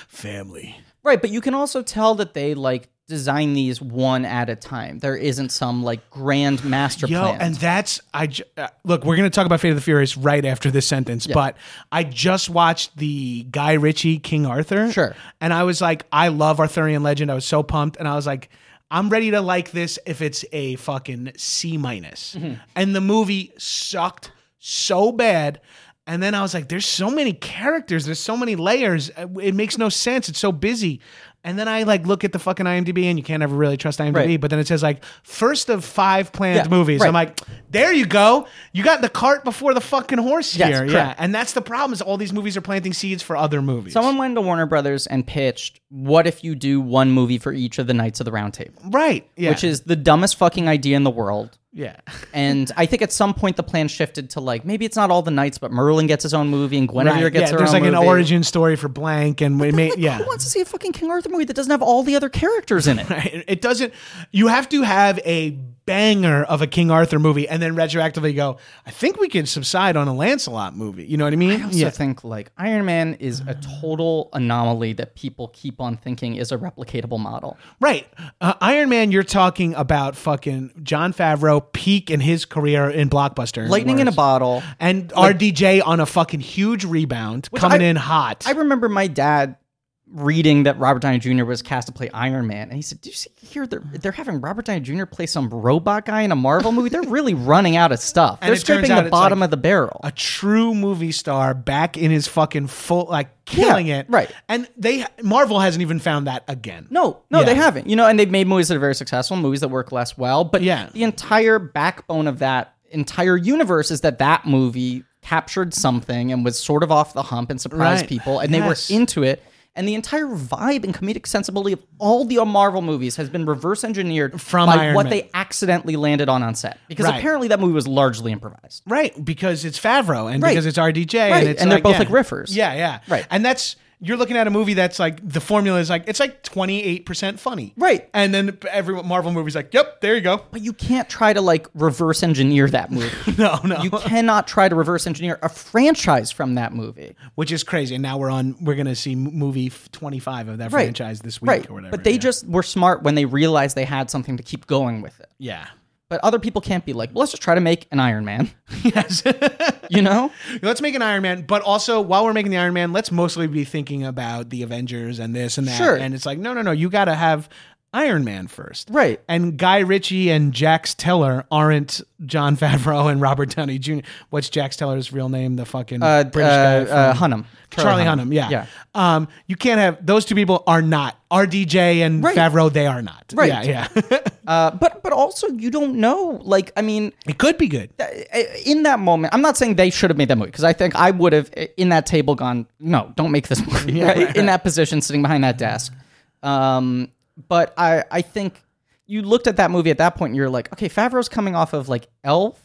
Speaker 1: Family.
Speaker 2: Right. But you can also tell that they like design these one at a time. There isn't some like grand master
Speaker 1: Yo,
Speaker 2: plan.
Speaker 1: and that's I ju- uh, look. We're gonna talk about Fate of the Furious right after this sentence, but I just watched the Guy Ritchie King Arthur.
Speaker 2: Sure.
Speaker 1: and I was like, I love Arthurian legend. I was so pumped, and I was like, I'm ready to like this if it's a fucking C minus.
Speaker 2: Mm-hmm.
Speaker 1: And the movie sucked so bad. And then I was like, there's so many characters, there's so many layers. Uh, It makes no sense. It's so busy. And then I like look at the fucking IMDb, and you can't ever really trust IMDb.
Speaker 2: Right.
Speaker 1: But then it says like first of five planned
Speaker 2: Yeah,
Speaker 1: movies.
Speaker 2: right.
Speaker 1: I'm like, there you go. You got the cart before the fucking horse here.
Speaker 2: Yes,
Speaker 1: yeah,
Speaker 2: correct.
Speaker 1: and that's the problem is all these movies are planting seeds for other movies.
Speaker 2: Someone went to Warner Brothers and pitched, what if you do one movie for each of the Knights of the Round Table?
Speaker 1: right? Yeah,
Speaker 2: Which is the dumbest fucking idea in the world. [laughs]
Speaker 1: yeah.
Speaker 2: And I think at some point the plan shifted to like maybe it's not all the knights, but Merlin gets his own movie and Guinevere
Speaker 1: Right,
Speaker 2: gets
Speaker 1: yeah,
Speaker 2: her
Speaker 1: there's
Speaker 2: own
Speaker 1: like an
Speaker 2: movie.
Speaker 1: origin story for blank, and we may, yeah,
Speaker 2: [laughs] Who wants to see a fucking King Arthur movie that doesn't have all the other characters in it?
Speaker 1: [laughs] it it doesn't. You have to have a banger of a King Arthur movie, and then retroactively go. I think we can subside on a Lancelot movie. You know what I mean?
Speaker 2: I also think like Iron Man is
Speaker 1: [sighs]
Speaker 2: a total anomaly that people keep on thinking is a replicatable model.
Speaker 1: Right. Uh, Iron Man, you're talking about fucking John Favreau peak in his career in Blockbuster.
Speaker 2: Lightning in a bottle.
Speaker 1: And RDJ on a fucking huge rebound, coming
Speaker 2: I-
Speaker 1: in hot.
Speaker 2: I remember my dad reading that Robert Downey Jr. was cast to play Iron Man, and he said, "Did you see here? They're they're having Robert Downey Jr. play some robot guy in a Marvel movie. They're really running out of stuff.
Speaker 1: [laughs] And
Speaker 2: they're
Speaker 1: it turns
Speaker 2: scraping
Speaker 1: out
Speaker 2: the
Speaker 1: it's
Speaker 2: bottom
Speaker 1: like
Speaker 2: of the barrel."
Speaker 1: a true movie star back in his fucking full, like killing it.
Speaker 2: right.
Speaker 1: And they Marvel hasn't even found that again.
Speaker 2: No, no,
Speaker 1: Yeah.
Speaker 2: they haven't. You know, and they've made movies that are very successful, movies that work less well. But
Speaker 1: Yeah.
Speaker 2: the entire backbone of that entire universe is that that movie captured something and was sort of off the hump and surprised
Speaker 1: Right.
Speaker 2: people, and
Speaker 1: Yes.
Speaker 2: they were into it. And the entire vibe and comedic sensibility of all the Marvel movies has been reverse engineered
Speaker 1: From
Speaker 2: by
Speaker 1: Iron
Speaker 2: what
Speaker 1: Man.
Speaker 2: they accidentally landed on on set, because
Speaker 1: Right.
Speaker 2: apparently that movie was largely improvised.
Speaker 1: Right, because it's Favreau and
Speaker 2: Right.
Speaker 1: because it's RDJ,
Speaker 2: Right,
Speaker 1: and it's
Speaker 2: and they're both
Speaker 1: yeah.
Speaker 2: like riffers.
Speaker 1: Yeah, yeah,
Speaker 2: Right.
Speaker 1: and that's you're looking at a movie that's like the formula is like it's like 28% funny.
Speaker 2: Right.
Speaker 1: And then every Marvel movie's like, "Yep, there you go." [laughs]
Speaker 2: But you can't try to like reverse engineer that movie.
Speaker 1: No, [laughs] no.
Speaker 2: You cannot try to reverse engineer a franchise from that movie.
Speaker 1: Which is crazy. And now we're on we're going to see m- movie f- 25 of that franchise this week
Speaker 2: right.
Speaker 1: or whatever.
Speaker 2: But they
Speaker 1: yeah.
Speaker 2: just were smart when they realized they had something to keep going with it.
Speaker 1: yeah.
Speaker 2: But other people can't be like, well, let's just try to make an Iron Man. [laughs]
Speaker 1: Yes.
Speaker 2: You know?
Speaker 1: [laughs] let's make an Iron Man, but also while we're making the Iron Man, let's mostly be thinking about the Avengers and this and that.
Speaker 2: Sure.
Speaker 1: And it's like, no, no, no, you got to have Iron Man first.
Speaker 2: Right.
Speaker 1: And Guy Ritchie and Jax Teller aren't John Favreau and Robert Downey Jr. What's Jax Teller's real name? The fucking
Speaker 2: Uh,
Speaker 1: British guy.
Speaker 2: uh,
Speaker 1: From-
Speaker 2: uh, Hunnam.
Speaker 1: Charlie Hunnam, yeah.
Speaker 2: Yeah.
Speaker 1: Um, you can't have those two people are not RDJ and
Speaker 2: Right.
Speaker 1: Favreau. They are not.
Speaker 2: Right.
Speaker 1: Yeah, [laughs] yeah.
Speaker 2: Uh, but but also you don't know. Like I mean,
Speaker 1: it could be
Speaker 2: Uh,
Speaker 1: good.
Speaker 2: in that moment, I'm not saying they should have made that movie because I think I would have in that table gone, no, don't make this [laughs] movie. right? In that position, sitting behind that desk. Um, but I, I think you looked at that movie at that point and you're like, okay, Favreau's coming off of like Elf,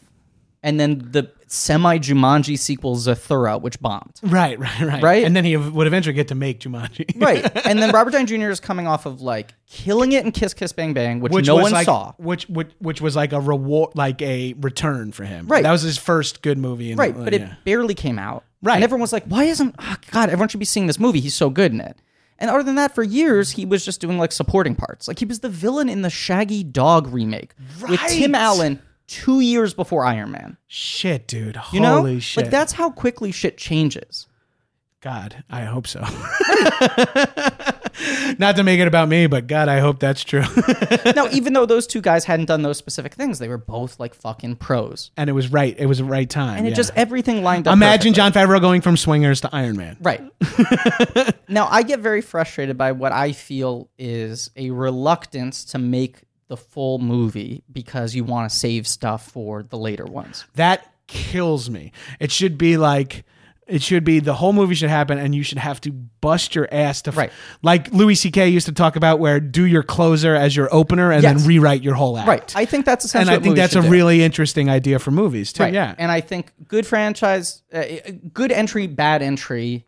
Speaker 2: and then the semi Jumanji sequel Zathura, which bombed.
Speaker 1: Right, right, right,
Speaker 2: Right?
Speaker 1: And then he would eventually get to make Jumanji.
Speaker 2: Right, and then Robert Downey Jr. is coming off of like killing it and Kiss Kiss Bang Bang, which, no
Speaker 1: was
Speaker 2: one
Speaker 1: like,
Speaker 2: saw.
Speaker 1: Which, which which was like a reward, like a return for him.
Speaker 2: Right.
Speaker 1: that was his first good movie. And,
Speaker 2: Right,
Speaker 1: uh,
Speaker 2: but
Speaker 1: yeah.
Speaker 2: it barely came out.
Speaker 1: Right.
Speaker 2: And everyone was like, why isn't, oh God, everyone should be seeing this movie. He's so good in it. And other than that, for years, he was just doing like supporting parts. Like he was the villain in the Shaggy Dog remake with Tim
Speaker 1: Right.
Speaker 2: Allen two years before Iron Man.
Speaker 1: shit, dude, holy
Speaker 2: You know?
Speaker 1: shit,
Speaker 2: Like that's how quickly shit changes.
Speaker 1: God, I hope so. [laughs] Not to make it about me, but God, I hope that's true. [laughs]
Speaker 2: now, even though those two guys hadn't done those specific things, they were both like fucking pros.
Speaker 1: and it was right. It was the right time.
Speaker 2: And
Speaker 1: yeah.
Speaker 2: it just, everything lined up.
Speaker 1: imagine
Speaker 2: perfectly.
Speaker 1: John Favreau going from Swingers to Iron Man.
Speaker 2: Right. [laughs] now, I get very frustrated by what I feel is a reluctance to make the full movie because you want to save stuff for the later ones.
Speaker 1: That kills me. It should be like it should be the whole movie should happen and you should have to bust your ass to f-
Speaker 2: Right.
Speaker 1: like Louis CK used to talk about where do your closer as your opener and
Speaker 2: Yes.
Speaker 1: then rewrite your whole act.
Speaker 2: Right. I think that's
Speaker 1: and
Speaker 2: essentially
Speaker 1: I
Speaker 2: what
Speaker 1: think
Speaker 2: movies
Speaker 1: that's a
Speaker 2: should do.
Speaker 1: really interesting idea for movies too.
Speaker 2: right.
Speaker 1: Yeah.
Speaker 2: And I think good franchise, uh, good entry, bad entry.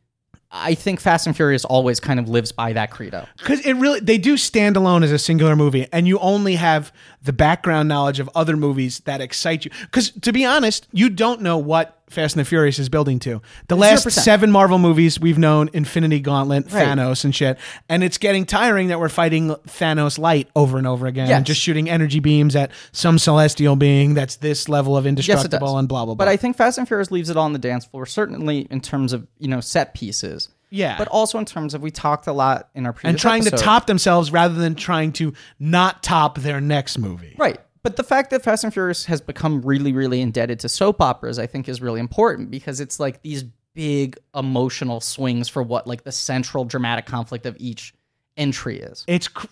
Speaker 2: I think Fast and Furious always kind of lives by that credo.
Speaker 1: Cuz it really they do stand alone as a singular movie and you only have the background knowledge of other movies that excite you. Cuz to be honest, you don't know what Fast and the Furious is building to. The last
Speaker 2: 0%.
Speaker 1: 7 Marvel movies we've known Infinity Gauntlet,
Speaker 2: Right.
Speaker 1: Thanos and shit. And it's getting tiring that we're fighting Thanos light over and over again and
Speaker 2: Yes.
Speaker 1: just shooting energy beams at some celestial being that's this level of
Speaker 2: Yes, it does.
Speaker 1: indestructible and blah blah blah.
Speaker 2: But I think Fast and Furious leaves it all on the dance floor, certainly in terms of you know set pieces.
Speaker 1: Yeah.
Speaker 2: But also in terms of we talked a lot in our previous
Speaker 1: and trying to
Speaker 2: episode.
Speaker 1: top themselves rather than trying to not top their next movie.
Speaker 2: Right. But the fact that Fast and Furious has become really, really indebted to soap operas, I think, is really important because it's like these big emotional swings for what like the central dramatic conflict of each entry is.
Speaker 1: It's cr-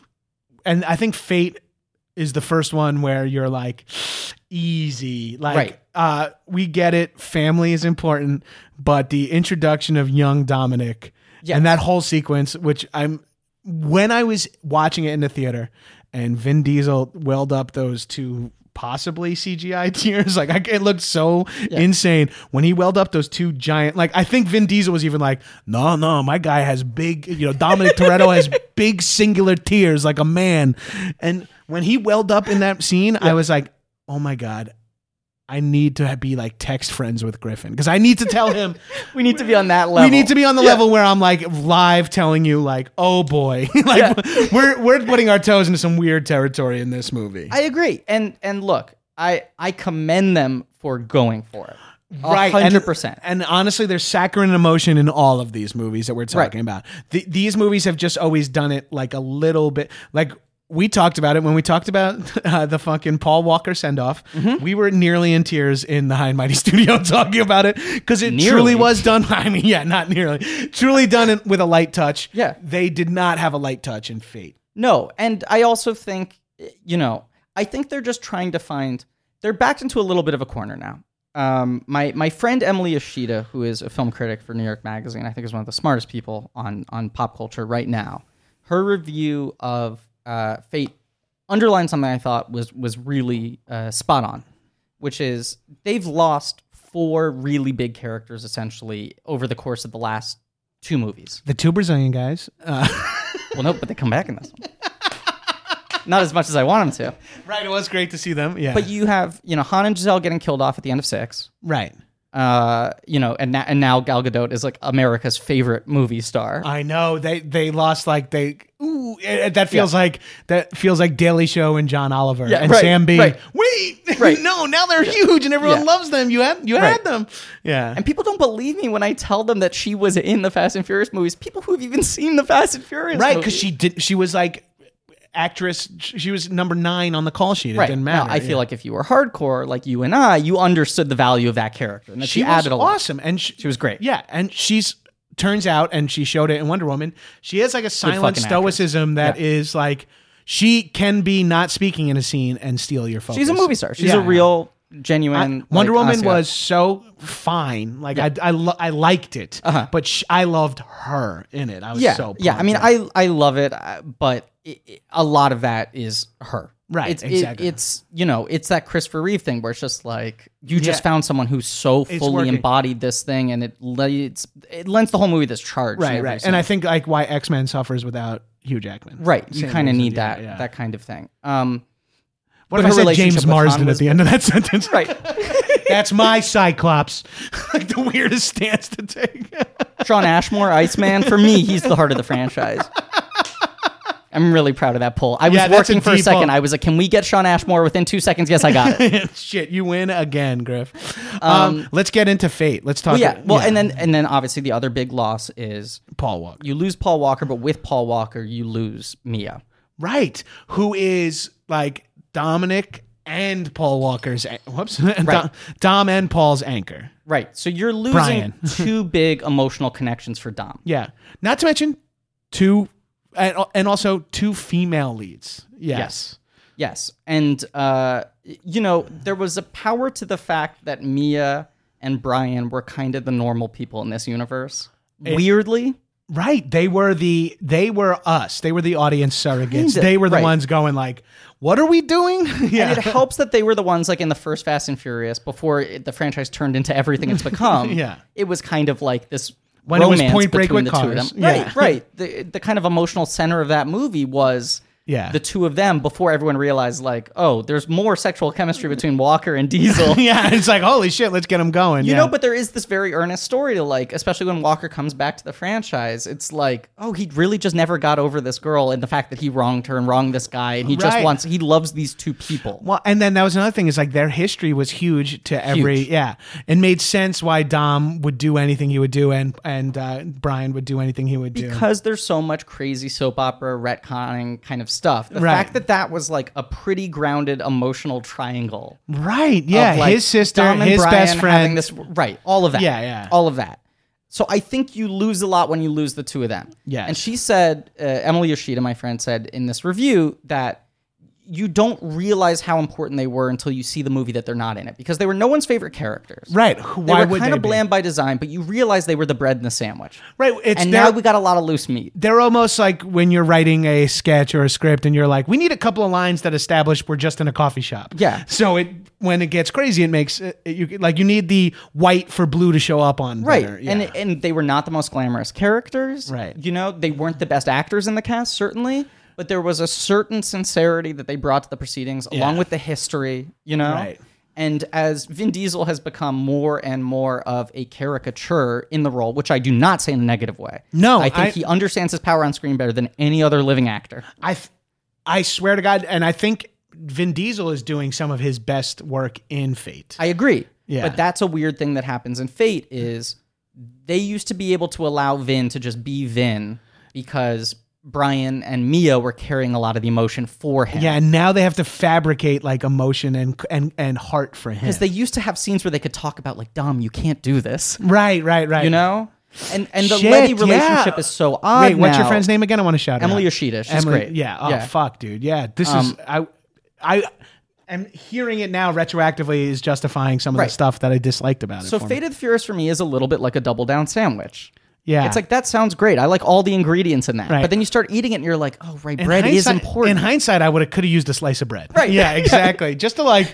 Speaker 1: and I think Fate is the first one where you're like easy like
Speaker 2: Right.
Speaker 1: uh we get it family is important but the introduction of young Dominic
Speaker 2: Yes.
Speaker 1: and that whole sequence which I'm when I was watching it in the theater and Vin Diesel welled up those two possibly CGI tears like I, [laughs] it looked so insane when he welled up those two giant like I think Vin Diesel was even like no no my guy has big you know Dominic Toretto has big singular tears like a man and when he welled up in that scene I was like oh my god I need to be like text friends with Griffin because I need to tell him
Speaker 2: We need to be on that
Speaker 1: we
Speaker 2: level.
Speaker 1: need to be on the level where I'm like live telling you like, oh boy, [laughs] like we're we're putting our toes into some weird territory in this movie.
Speaker 2: I agree. And and look, I I commend them for going for it. A
Speaker 1: and-
Speaker 2: hundred percent.
Speaker 1: And, honestly, there's saccharine emotion in all of these movies that we're talking about. Th- these movies have just always done it like a little bit like. We talked about it when we talked about [laughs] uh, the fucking Paul Walker send off.
Speaker 2: Mm-hmm.
Speaker 1: We were nearly in tears in the High and Mighty [laughs] studio talking about it because it
Speaker 2: Nearly.
Speaker 1: truly was done. [laughs] I mean, yeah, not nearly. Truly done it with a light touch.
Speaker 2: Yeah.
Speaker 1: They did not have a light touch in Fate.
Speaker 2: No, and I also think, you know, I think they're just trying to find. They're backed into a little bit of a corner now. Um, my my friend Emily Ishida, who is a film critic for New York Magazine, I think is one of the smartest people on on pop culture right now. Her review of uh, Fate underlined something I thought was was really uh, spot on, which is they've lost four really big characters essentially over the course of the last two movies.
Speaker 1: The two Brazilian guys. Uh,
Speaker 2: Well, no, but they come back in this one. Not as much as I want them to.
Speaker 1: right. It was great to see them. Yeah.
Speaker 2: But you have, you know, Han and Giselle getting killed off at the end of six.
Speaker 1: right.
Speaker 2: Uh, you know, and now, and now Gal Gadot is like America's favorite movie star.
Speaker 1: I know they they lost like they. Ooh, eh, that feels like that feels like Daily Show and John Oliver
Speaker 2: Yeah,
Speaker 1: and
Speaker 2: right,
Speaker 1: Sam B.
Speaker 2: right.
Speaker 1: [laughs] Wait,
Speaker 2: Right.
Speaker 1: no, now they're huge and everyone
Speaker 2: Yeah.
Speaker 1: loves them. You had you had
Speaker 2: Right.
Speaker 1: them. Yeah.
Speaker 2: and people don't believe me when I tell them that she was in the Fast and Furious movies. People who have even seen the Fast and Furious,
Speaker 1: right because
Speaker 2: movies.
Speaker 1: she did she was like actress she was number nine on the call sheet it
Speaker 2: right.
Speaker 1: didn't matter
Speaker 2: Now, I feel like if you were hardcore, like you and I, you understood the value of that character, and that she,
Speaker 1: she was
Speaker 2: added a lot.
Speaker 1: awesome and she,
Speaker 2: She was great.
Speaker 1: yeah and she's turns out and she showed it in wonder woman she has like a silent
Speaker 2: fucking actress.
Speaker 1: stoicism that is
Speaker 2: Yeah.
Speaker 1: like she can be not speaking in a scene and steal your focus
Speaker 2: She's a movie star. She's
Speaker 1: Yeah.
Speaker 2: a real,
Speaker 1: I-
Speaker 2: genuine.
Speaker 1: Wonder
Speaker 2: like,
Speaker 1: Woman
Speaker 2: Oscar.
Speaker 1: was so fine. Like I, I, lo- I liked it, but sh- I loved her in it. I was
Speaker 2: Uh-huh. yeah,
Speaker 1: so
Speaker 2: yeah.
Speaker 1: pumped.
Speaker 2: I mean, I I love it, uh, but i i- a lot of that is her.
Speaker 1: Right,
Speaker 2: It's, it-
Speaker 1: exactly.
Speaker 2: it's you know, it's that Christopher Reeve thing where it's just like you just
Speaker 1: Yeah.
Speaker 2: found someone who so fully
Speaker 1: working.
Speaker 2: embodied this thing, and it lends it lends the whole movie this charge.
Speaker 1: right,
Speaker 2: every
Speaker 1: right.
Speaker 2: single
Speaker 1: And I think like why X Men suffers without Hugh Jackman.
Speaker 2: Right. You
Speaker 1: Same
Speaker 2: kind of
Speaker 1: reason,
Speaker 2: need
Speaker 1: yeah,
Speaker 2: that
Speaker 1: yeah.
Speaker 2: that kind of thing.
Speaker 1: [laughs]
Speaker 2: Um,
Speaker 1: What if
Speaker 2: But
Speaker 1: I
Speaker 2: her
Speaker 1: said
Speaker 2: relationship
Speaker 1: James
Speaker 2: with Han
Speaker 1: Marsden at
Speaker 2: was-
Speaker 1: the end of that [laughs] sentence?
Speaker 2: right.
Speaker 1: That's my Cyclops. [laughs] like the weirdest stance to take. [laughs]
Speaker 2: Sean Ashmore, Iceman, for me, he's the heart of the franchise. I'm really proud of that poll. I was
Speaker 1: Yeah, that's a
Speaker 2: working for a
Speaker 1: deep
Speaker 2: second.
Speaker 1: poll.
Speaker 2: I was like, can we get Sean Ashmore within two seconds? Yes, I got it.
Speaker 1: Shit, you win again, Griff. Um, let's get into fate. Let's talk.
Speaker 2: Well, yeah. Well, and then and then obviously the other big loss is
Speaker 1: Paul Walker.
Speaker 2: you lose Paul Walker, but with Paul Walker, you lose Mia.
Speaker 1: Right. Who is like Dominic and Paul Walker's whoops. [laughs] Dom, Dom and Paul's anchor.
Speaker 2: Right. So you're losing
Speaker 1: Brian.
Speaker 2: two big emotional connections for Dom.
Speaker 1: Yeah. Not to mention two and, and also two female leads. Yes.
Speaker 2: Yes. And, uh, you know, there was a power to the fact that Mia and Brian were kind of the normal people in this universe. Weirdly,
Speaker 1: Right. They were the they were us. They were the audience surrogates.
Speaker 2: Kinda,
Speaker 1: They were the
Speaker 2: right.
Speaker 1: ones going like, "What are we doing?" [laughs] yeah.
Speaker 2: and it helps that they were the ones like in the first Fast and Furious before it, the franchise turned into everything it's become.
Speaker 1: [laughs] Yeah.
Speaker 2: it was kind of like this
Speaker 1: When it was
Speaker 2: romance
Speaker 1: Point Break
Speaker 2: between
Speaker 1: with
Speaker 2: the two of them.
Speaker 1: cars. Yeah.
Speaker 2: Right, right. The the kind of emotional center of that movie was
Speaker 1: Yeah.
Speaker 2: the two of them before everyone realized like oh there's more sexual chemistry between Walker and
Speaker 1: [laughs]
Speaker 2: Diesel.
Speaker 1: yeah. It's like, "Holy shit, let's get them going."
Speaker 2: You
Speaker 1: yeah.
Speaker 2: know, but there is this very earnest story to like, especially when Walker comes back to the franchise. It's like, oh, he really just never got over this girl and the fact that he wronged her and wronged this guy, and he just
Speaker 1: Right.
Speaker 2: wants, he loves these two people.
Speaker 1: Well, and then that was another thing is like their history was huge to every yeah, and made sense why Dom would do anything he would do, and and uh, Brian would do anything he would do.
Speaker 2: because there's so much crazy soap opera retconning kind of stuff. The
Speaker 1: Right.
Speaker 2: fact that that was like a pretty grounded emotional triangle. of,
Speaker 1: right? Yeah,
Speaker 2: like,
Speaker 1: his sister,
Speaker 2: Dom and
Speaker 1: his
Speaker 2: Brian
Speaker 1: best
Speaker 2: having
Speaker 1: friend.
Speaker 2: This, right, all of that.
Speaker 1: Yeah, yeah.
Speaker 2: all of that. So I think you lose a lot when you lose the two of them.
Speaker 1: Yes.
Speaker 2: And she said, uh, Emily Yoshida, my friend, said in this review that you don't realize how important they were until you see the movie that they're not in it because they were no one's favorite characters.
Speaker 1: right? Who-
Speaker 2: They
Speaker 1: Why
Speaker 2: were
Speaker 1: would
Speaker 2: kind
Speaker 1: they
Speaker 2: of
Speaker 1: be?
Speaker 2: bland by design, but you realize they were the bread in the sandwich.
Speaker 1: Right. It's
Speaker 2: And
Speaker 1: they're,
Speaker 2: now we got a lot of loose meat.
Speaker 1: they're almost like when you're writing a sketch or a script, and you're like, we need a couple of lines that establish we're just in a coffee shop.
Speaker 2: Yeah.
Speaker 1: So it when it gets crazy, it makes it, you like you need the white for blue to show up on
Speaker 2: right
Speaker 1: better.
Speaker 2: and
Speaker 1: Yeah.
Speaker 2: and they were not the most glamorous characters
Speaker 1: Right.
Speaker 2: you know they weren't the best actors in the cast certainly but there was a certain sincerity that they brought to the proceedings along with the history you know
Speaker 1: Right.
Speaker 2: and as Vin Diesel has become more and more of a caricature in the role, which I do not say in a negative way.
Speaker 1: No,
Speaker 2: I think
Speaker 1: I-
Speaker 2: he understands his power on screen better than any other living actor.
Speaker 1: I, th- I swear to God, and I think Vin Diesel is doing some of his best work in Fate.
Speaker 2: I agree.
Speaker 1: Yeah.
Speaker 2: But that's a weird thing that happens in Fate is they used to be able to allow Vin to just be Vin because Brian and Mia were carrying a lot of the emotion for him.
Speaker 1: yeah, and now they have to fabricate like emotion and and and heart for him.
Speaker 2: Because they used to have scenes where they could talk about like, Dom, you can't do this.
Speaker 1: right, right, right.
Speaker 2: You know? And and the
Speaker 1: Shit,
Speaker 2: Letty relationship
Speaker 1: yeah.
Speaker 2: is so odd.
Speaker 1: Wait, what's your
Speaker 2: now.
Speaker 1: friend's name again? I want to shout her
Speaker 2: Emily
Speaker 1: out.
Speaker 2: Yoshida. She's
Speaker 1: Emily-
Speaker 2: great.
Speaker 1: Yeah. Oh
Speaker 2: Yeah. Um,
Speaker 1: fuck, dude. Yeah, this is I, I am hearing it now retroactively is justifying some of
Speaker 2: Right.
Speaker 1: the stuff that I disliked about it.
Speaker 2: So
Speaker 1: for me.
Speaker 2: Fate of the Furious for me is a little bit like a double down sandwich.
Speaker 3: Yeah.
Speaker 2: It's like that sounds great. I like all the ingredients in that.
Speaker 1: Right.
Speaker 2: But then you start eating it and you're like, oh right,
Speaker 1: In
Speaker 2: bread is
Speaker 1: hindsight-
Speaker 2: important.
Speaker 1: In hindsight, I would have could have used a slice of bread.
Speaker 2: Right.
Speaker 1: Yeah,
Speaker 2: [laughs]
Speaker 1: exactly. Just to like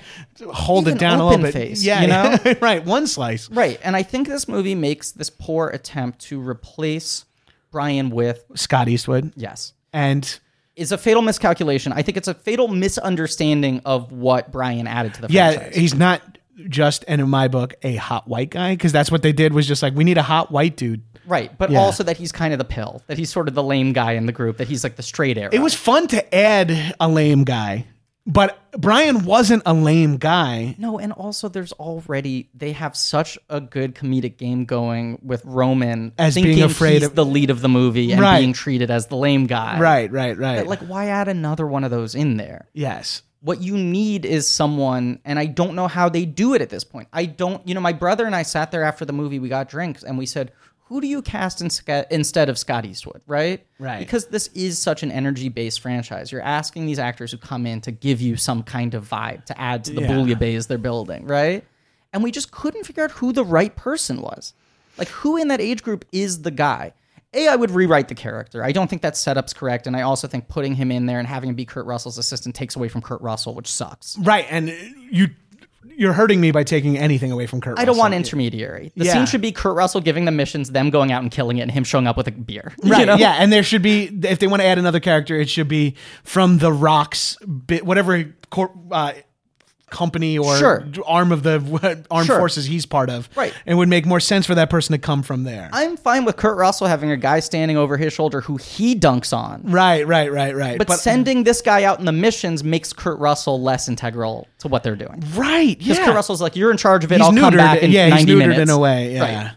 Speaker 1: hold
Speaker 2: Even
Speaker 1: it down a little bit. [laughs]
Speaker 2: open-faced,
Speaker 1: yeah,
Speaker 2: you know?
Speaker 1: right. One slice.
Speaker 2: right. And I think this movie makes this poor attempt to replace Brian with
Speaker 1: Scott Eastwood
Speaker 2: yes.
Speaker 1: and
Speaker 2: Is a fatal miscalculation. I think it's a fatal misunderstanding of what Brian added to the
Speaker 1: yeah,
Speaker 2: franchise.
Speaker 1: he's not just and in my book a hot white guy because that's what they did was just like we need a hot white dude.
Speaker 2: Right, but
Speaker 1: Yeah.
Speaker 2: also that he's kind of the pill, that he's sort of the lame guy in the group, that he's like the straight arrow.
Speaker 1: It was fun to add a lame guy, but Brian wasn't a lame guy.
Speaker 2: no, and also there's already they have such a good comedic game going with Roman
Speaker 1: As being
Speaker 2: thinking
Speaker 1: afraid
Speaker 2: he's
Speaker 1: of-
Speaker 2: the lead of the movie and
Speaker 1: Right.
Speaker 2: being treated as the lame guy.
Speaker 1: Right, right, right.
Speaker 2: But, like, why add another one of those in there?
Speaker 1: yes.
Speaker 2: What you need is someone, and I don't know how they do it at this point. I don't, you know, my brother and I sat there after the movie, we got drinks, and we said, who do you cast in, Sca- instead of Scott Eastwood, right?
Speaker 1: Right.
Speaker 2: Because this is such an energy based franchise. You're asking these actors who come in to give you some kind of vibe to add to the
Speaker 1: Yeah.
Speaker 2: bouillabaisse they're building, right? And we just couldn't figure out who the right person was. Like, who in that age group is the guy? A, I would rewrite the character. I don't think that setup's correct. And I also think putting him in there and having him be Kurt Russell's assistant takes away from Kurt Russell, which sucks.
Speaker 1: Right, and you you're hurting me by taking anything away from Kurt.
Speaker 2: I don't want
Speaker 1: Russell.
Speaker 2: intermediary. The
Speaker 1: Yeah.
Speaker 2: scene should be Kurt Russell giving them missions, them going out and killing it, and him showing up with a beer. [laughs] You
Speaker 1: Right.
Speaker 2: know?
Speaker 1: Yeah, and there should be if they want to add another character, it should be from the Rocks, bit whatever cor- uh, company or
Speaker 2: Sure.
Speaker 1: arm of the armed
Speaker 2: Sure.
Speaker 1: forces he's part of.
Speaker 2: Right.
Speaker 1: It would make more sense for that person to come from there.
Speaker 2: I'm fine with Kurt Russell having a guy standing over his shoulder who he dunks on.
Speaker 1: right. Right. Right. Right.
Speaker 2: But, sending this guy out in the missions makes Kurt Russell less integral to what they're doing.
Speaker 1: right. Yeah.
Speaker 2: Because Kurt Russell's like, you're in charge of it.
Speaker 1: he's
Speaker 2: I'll
Speaker 1: neutered.
Speaker 2: come back in
Speaker 1: yeah,
Speaker 2: 90
Speaker 1: he's neutered
Speaker 2: minutes.
Speaker 1: in a way. Yeah.
Speaker 2: Right.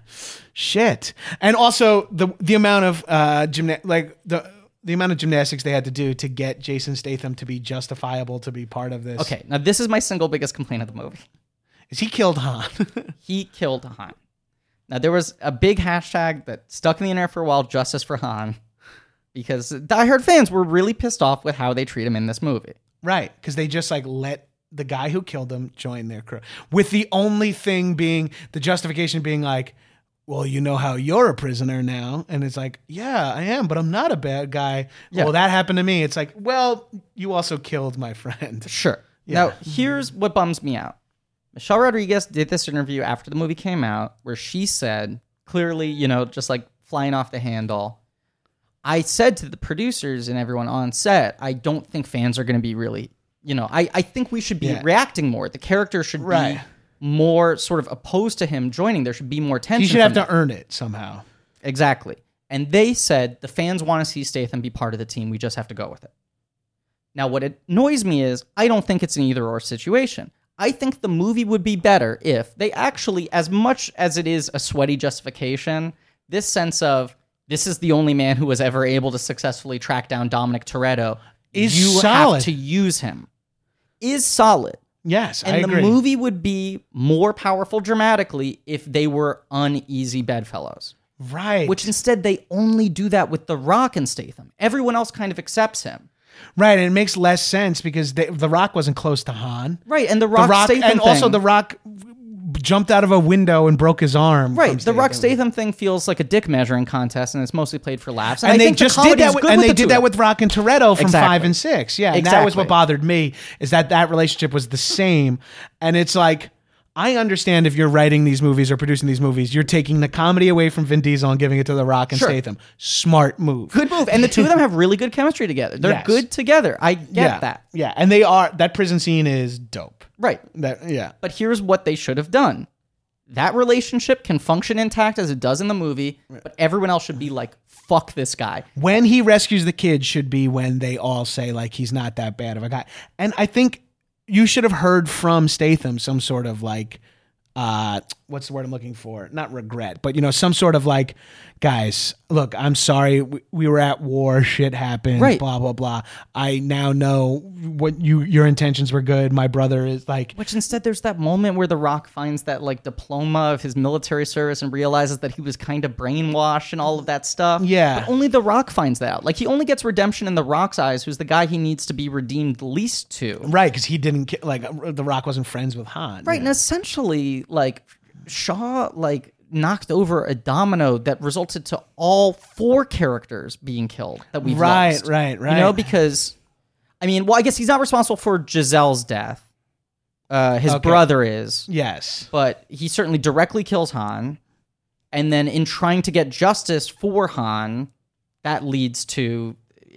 Speaker 1: Shit. And also the the amount of uh gymna- like the the amount of gymnastics they had to do to get Jason Statham to be justifiable to be part of this.
Speaker 2: Okay, now this is my single biggest complaint of the movie.
Speaker 1: Is he killed Han? [laughs]
Speaker 2: He killed Han. Now there was a big hashtag that stuck in the internet for a while, Justice for Han, because diehard fans were really pissed off with how they treat him in this movie.
Speaker 1: Right, because they just like let the guy who killed them join their crew, with the only thing being the justification being like, "Well, you know how you're a prisoner now," and it's like, "Yeah, I am, but I'm not a bad guy."
Speaker 2: Yeah.
Speaker 1: Well, that happened to me. It's like, "Well, you also killed my friend."
Speaker 2: Sure. Now, here's what bums me out. Michelle Rodriguez did this interview after the movie came out where she said, clearly, you know, just like flying off the handle, I said to the producers and everyone on set, I don't think fans are going to be really, you know, I, I think we should be
Speaker 1: Yeah.
Speaker 2: reacting more. The character should
Speaker 1: Right.
Speaker 2: be more sort of opposed to him joining. There should be more tension.
Speaker 1: You should
Speaker 2: from
Speaker 1: have
Speaker 2: them.
Speaker 1: to earn it somehow.
Speaker 2: Exactly. And they said the fans want to see Statham be part of the team. We just have to go with it. Now, what annoys me is I don't think it's an either or situation. I think the movie would be better if they actually, as much as it is a sweaty justification, this sense of this is the only man who was ever able to successfully track down Dominic Toretto
Speaker 1: Is
Speaker 2: you
Speaker 1: solid.
Speaker 2: have to use him is solid.
Speaker 1: Yes,
Speaker 2: And
Speaker 1: I
Speaker 2: the
Speaker 1: agree.
Speaker 2: movie would be more powerful dramatically if they were uneasy bedfellows
Speaker 1: right,
Speaker 2: which instead they only do that with The Rock and Statham. Everyone else kind of accepts him.
Speaker 1: right, and it makes less sense because they, the Rock wasn't close to Han.
Speaker 2: Right, and The
Speaker 1: The
Speaker 2: Rock,
Speaker 1: Rock,
Speaker 2: Statham
Speaker 1: and also
Speaker 2: thing-
Speaker 1: the Rock jumped out of a window and broke his arm.
Speaker 2: Right,
Speaker 1: from
Speaker 2: the Rock
Speaker 1: Statham.
Speaker 2: Statham thing feels like a dick measuring contest, and it's mostly played for laughs. And,
Speaker 1: and
Speaker 2: I
Speaker 1: they
Speaker 2: think
Speaker 1: just
Speaker 2: the
Speaker 1: did
Speaker 2: comedy's
Speaker 1: that, with,
Speaker 2: good
Speaker 1: and
Speaker 2: with
Speaker 1: they
Speaker 2: the two
Speaker 1: did
Speaker 2: of
Speaker 1: that
Speaker 2: them.
Speaker 1: with Rock and Toretto from
Speaker 2: Exactly.
Speaker 1: five and six. Yeah, and that was
Speaker 2: Exactly.
Speaker 1: what bothered me is that that relationship was the same, and it's like. I understand if you're writing these movies or producing these movies, you're taking the comedy away from Vin Diesel and giving it to The Rock and
Speaker 2: Sure.
Speaker 1: Statham. Smart move.
Speaker 2: good move, and the two of them have really good chemistry together. They're
Speaker 1: Yes.
Speaker 2: good together. I get
Speaker 1: yeah,
Speaker 2: that.
Speaker 1: Yeah, and they are that prison scene is dope.
Speaker 2: Right,
Speaker 1: That yeah,
Speaker 2: but here's what they should have done. That relationship can function intact as it does in the movie, but everyone else should be like, "Fuck this guy."
Speaker 1: when he rescues the kid should be when they all say like he's not that bad of a guy. And I think you should have heard from Statham some sort of like uh what's the word I'm looking for? Not regret, but you know some sort of like guys, look, I'm sorry we, we were at war, shit happened,
Speaker 2: Right.
Speaker 1: blah blah blah. I now know what you your intentions were good. My brother is like
Speaker 2: Which instead, there's that moment where The Rock finds that like diploma of his military service and realizes that he was kind of brainwashed and all of that stuff.
Speaker 1: Yeah.
Speaker 2: But only The Rock finds that out. Like he only gets redemption in The Rock's eyes, who's the guy he needs to be redeemed least to. Right.
Speaker 1: right cuz he didn't uh, ki- like the rock wasn't friends with Han.
Speaker 2: And essentially, like Shaw, like knocked over a domino that resulted to all four characters being killed that we've
Speaker 1: Right,
Speaker 2: lost.
Speaker 1: right, right.
Speaker 2: You know, because I mean, well, I guess he's not responsible for Giselle's death. Uh, his brother is,
Speaker 1: Yes.
Speaker 2: but he certainly directly kills Han. And then in trying to get justice for Han, that leads to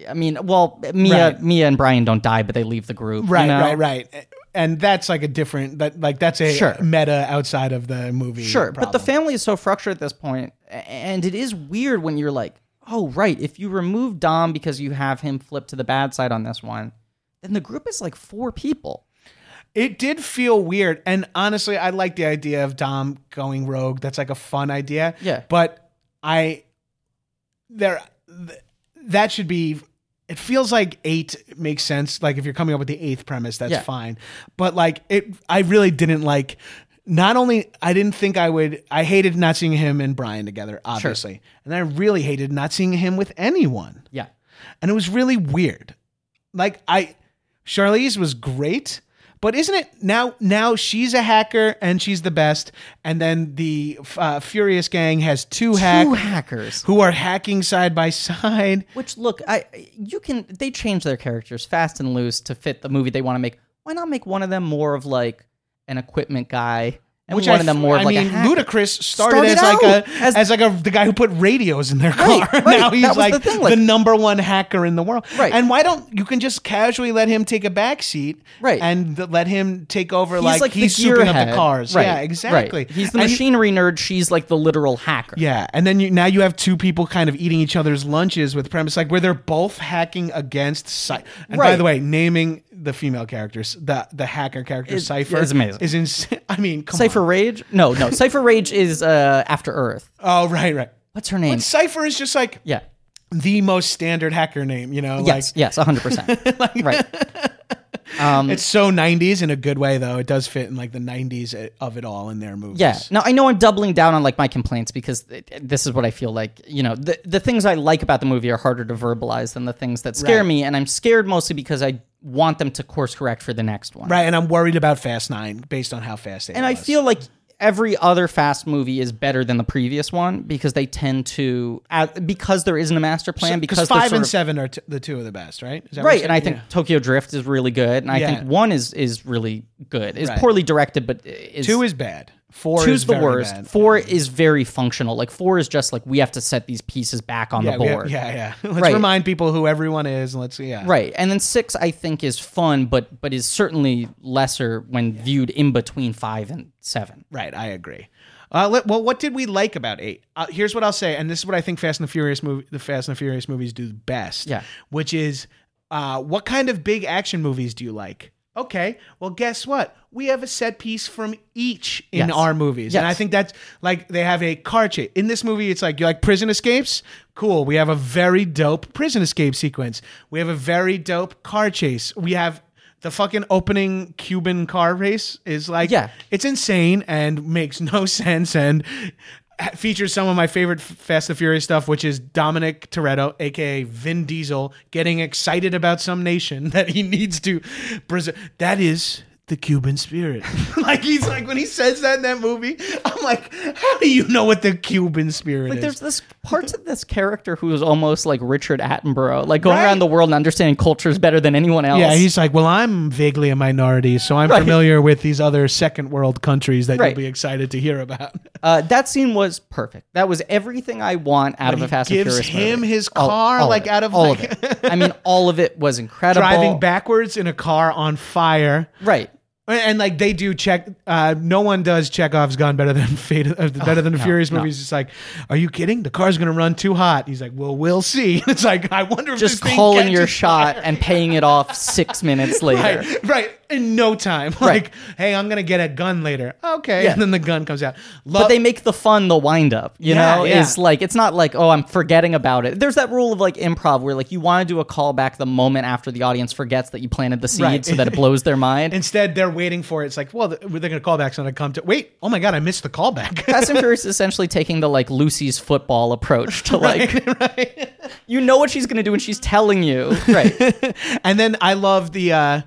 Speaker 2: I mean, well, Mia
Speaker 1: Right.
Speaker 2: Mia and Brian don't die, but they leave the group. you
Speaker 1: Right,
Speaker 2: know?
Speaker 1: right, right. And that's like a different that like that's a
Speaker 2: Sure.
Speaker 1: meta outside of the movie.
Speaker 2: Sure, but the
Speaker 1: problem.
Speaker 2: family is so fractured at this point, a- and it is weird when you're like, oh right, if you remove Dom because you have him flip to the bad side on this one, then the group is like four people.
Speaker 1: It did feel weird. And honestly, I like the idea of Dom going rogue. That's like a fun idea.
Speaker 2: Yeah.
Speaker 1: But I, there, th- that should be, it feels like eight makes sense. Like if you're coming up with the eighth premise, that's
Speaker 2: Yeah.
Speaker 1: fine. But like it, I really didn't like, not only I didn't think I would, I hated not seeing him and Brian together, obviously. And I really hated not seeing him with anyone
Speaker 2: Yeah,
Speaker 1: and it was really weird. Like I, Charlize was great, but isn't it now? Now she's a hacker and she's the best, and then the uh, Furious Gang has two, hack-
Speaker 2: two hackers.
Speaker 1: who are hacking side by side.
Speaker 2: Which look, I you can they change their characters fast and loose to fit the movie they want to make. Why not make one of them more of like an equipment guy, and
Speaker 1: Which
Speaker 2: one
Speaker 1: I,
Speaker 2: of them more
Speaker 1: I
Speaker 2: of like
Speaker 1: mean,
Speaker 2: a hacker?
Speaker 1: Ludacris started,
Speaker 2: Started
Speaker 1: as like
Speaker 2: out
Speaker 1: a as,
Speaker 2: as-
Speaker 1: like a the guy who put radios in their car. [laughs]
Speaker 2: Right, right.
Speaker 1: now he's
Speaker 2: That was
Speaker 1: like the,
Speaker 2: the thing, like-
Speaker 1: number one hacker in the world.
Speaker 2: Right.
Speaker 1: And why don't you can just casually let him take a back seat?
Speaker 2: Right.
Speaker 1: And th- let him take over like,
Speaker 2: the
Speaker 1: he's souping up the
Speaker 2: gearhead.
Speaker 1: cars.
Speaker 2: Right,
Speaker 1: Yeah,
Speaker 2: right.
Speaker 1: exactly.
Speaker 2: He's the
Speaker 1: And you-
Speaker 2: machinery nerd. She's like the literal hacker.
Speaker 1: Yeah, and then you now you have two people kind of eating each other's lunches with premise like where they're both hacking against. Cy- and by
Speaker 2: Right.
Speaker 1: the way, naming the female characters the the hacker character
Speaker 2: Is-
Speaker 1: Cipher
Speaker 2: is amazing.
Speaker 1: Is insane. [laughs] I mean, come
Speaker 2: Cipher
Speaker 1: On.
Speaker 2: Rage?
Speaker 1: [laughs]
Speaker 2: No, no. Cipher Rage is uh, After Earth.
Speaker 1: Oh right, right.
Speaker 2: What's her name?
Speaker 1: Cipher is just like
Speaker 2: yeah.
Speaker 1: the most standard hacker name. You know,
Speaker 2: Yes. yes. One hundred
Speaker 1: [laughs]
Speaker 2: percent. Right. Um,
Speaker 1: like it's so '90s in a good way though. It does fit in like the '90s of it all in their movies.
Speaker 2: yeah. Now I know I'm doubling down on like my complaints because th- this is what I feel like. You know, the the things I like about the movie are harder to verbalize than the things that scare
Speaker 1: Right.
Speaker 2: me, and I'm scared mostly because I want them to course correct for the next one.
Speaker 1: Right, and I'm worried about Fast Nine based on how fast it
Speaker 2: And I
Speaker 1: was.
Speaker 2: feel like every other fast movie is better than the previous one because they tend to uh, because there isn't a master plan because they're
Speaker 1: five
Speaker 2: sort
Speaker 1: and
Speaker 2: of-
Speaker 1: seven are t- the two of the best, right? Is that what
Speaker 2: right
Speaker 1: you're
Speaker 2: and i
Speaker 1: saying?
Speaker 2: think tokyo drift is really good and i
Speaker 1: Yeah.
Speaker 2: think one is is really good it's
Speaker 1: Right.
Speaker 2: poorly directed but is,
Speaker 1: Two is bad. Four
Speaker 2: two's
Speaker 1: is
Speaker 2: the
Speaker 1: very
Speaker 2: worst
Speaker 1: bad.
Speaker 2: four is very functional like four is just like we have to set these pieces back on
Speaker 1: yeah,
Speaker 2: the
Speaker 1: we have-
Speaker 2: board
Speaker 1: yeah, yeah. [laughs] Let's
Speaker 2: Right.
Speaker 1: remind people who everyone is. And let's yeah.
Speaker 2: right and then six i think is fun but but is certainly lesser when viewed in between five and seven
Speaker 1: Right. I agree. Uh, let, well, what did we like about eight? Uh, here's what I'll say, and this is what I think Fast and the Furious movie, the Fast and the Furious movies do best.
Speaker 2: Yeah.
Speaker 1: Which is, uh, what kind of big action movies do you like? Okay. Well, guess what? We have a set piece from each in
Speaker 2: Yes.
Speaker 1: our movies, and
Speaker 2: Yes.
Speaker 1: I think that's like they have a car chase in this movie. It's like you like prison escapes. Cool. We have a very dope prison escape sequence. We have a very dope car chase. We have. The fucking opening Cuban car race is like
Speaker 2: Yeah.
Speaker 1: it's insane and makes no [laughs] sense and features some of my favorite Fast and Furious stuff, which is Dominic Toretto, aka Vin Diesel, getting excited about some nation [laughs] that he needs to preserve. That is the Cuban spirit. [laughs] like he's like when he says that in that movie, I'm like, how do you know what the Cuban spirit
Speaker 2: Like
Speaker 1: is?
Speaker 2: there's this parts of this character who is almost like Richard Attenborough, like going around
Speaker 1: Right.
Speaker 2: the world and understanding cultures better than anyone else.
Speaker 1: yeah, he's like, well, I'm vaguely a minority, so I'm
Speaker 2: Right.
Speaker 1: familiar with these other second world countries that
Speaker 2: Right.
Speaker 1: you'll be excited to hear about.
Speaker 2: Uh, that scene was perfect. That was everything I want out of a Fast
Speaker 1: gives
Speaker 2: and Furious
Speaker 1: him
Speaker 2: movie.
Speaker 1: his
Speaker 2: All-
Speaker 1: car,
Speaker 2: all
Speaker 1: like,
Speaker 2: it.
Speaker 1: out of,
Speaker 2: all
Speaker 1: like-
Speaker 2: of it. I mean, all of it was incredible.
Speaker 1: [laughs] Driving backwards in a car on fire.
Speaker 2: right?
Speaker 1: And, and, like they do check, uh, no one does Chekhov's gun better than Fate,
Speaker 2: [laughs]
Speaker 1: uh, better than the
Speaker 2: Oh, no,
Speaker 1: Furious
Speaker 2: no.
Speaker 1: movies. It's like, are you kidding? The car's gonna run too hot. He's like, well, we'll see. [laughs] It's like, I wonder if
Speaker 2: Just
Speaker 1: this thing
Speaker 2: calling
Speaker 1: [laughs]
Speaker 2: your
Speaker 1: catches
Speaker 2: shot
Speaker 1: fire.
Speaker 2: and paying it off
Speaker 1: [laughs]
Speaker 2: six minutes later.
Speaker 1: Right, right, in no time. [laughs]
Speaker 2: Right.
Speaker 1: Like, hey, I'm gonna get a gun later. Okay, [laughs]
Speaker 2: Yeah.
Speaker 1: and then the gun comes out. Love,
Speaker 2: But they make the fun the wind up, you
Speaker 1: Yeah,
Speaker 2: know?
Speaker 1: yeah.
Speaker 2: It's like it's not like, oh, I'm forgetting about it. There's that rule of like improv where like you want to do a callback the moment after the audience forgets that you planted the seed
Speaker 1: Right.
Speaker 2: so that it
Speaker 1: [laughs]
Speaker 2: blows their mind.
Speaker 1: instead they're waiting for it. It's like, well, th- they're gonna call back. So I'm gonna come to. Wait, oh my god, I missed the callback.
Speaker 2: Fast and Furious is essentially taking the like Lucy's football approach to like
Speaker 1: [laughs]
Speaker 2: [laughs] you know what she's gonna do and she's telling you. Right.
Speaker 1: [laughs] And then I love the uh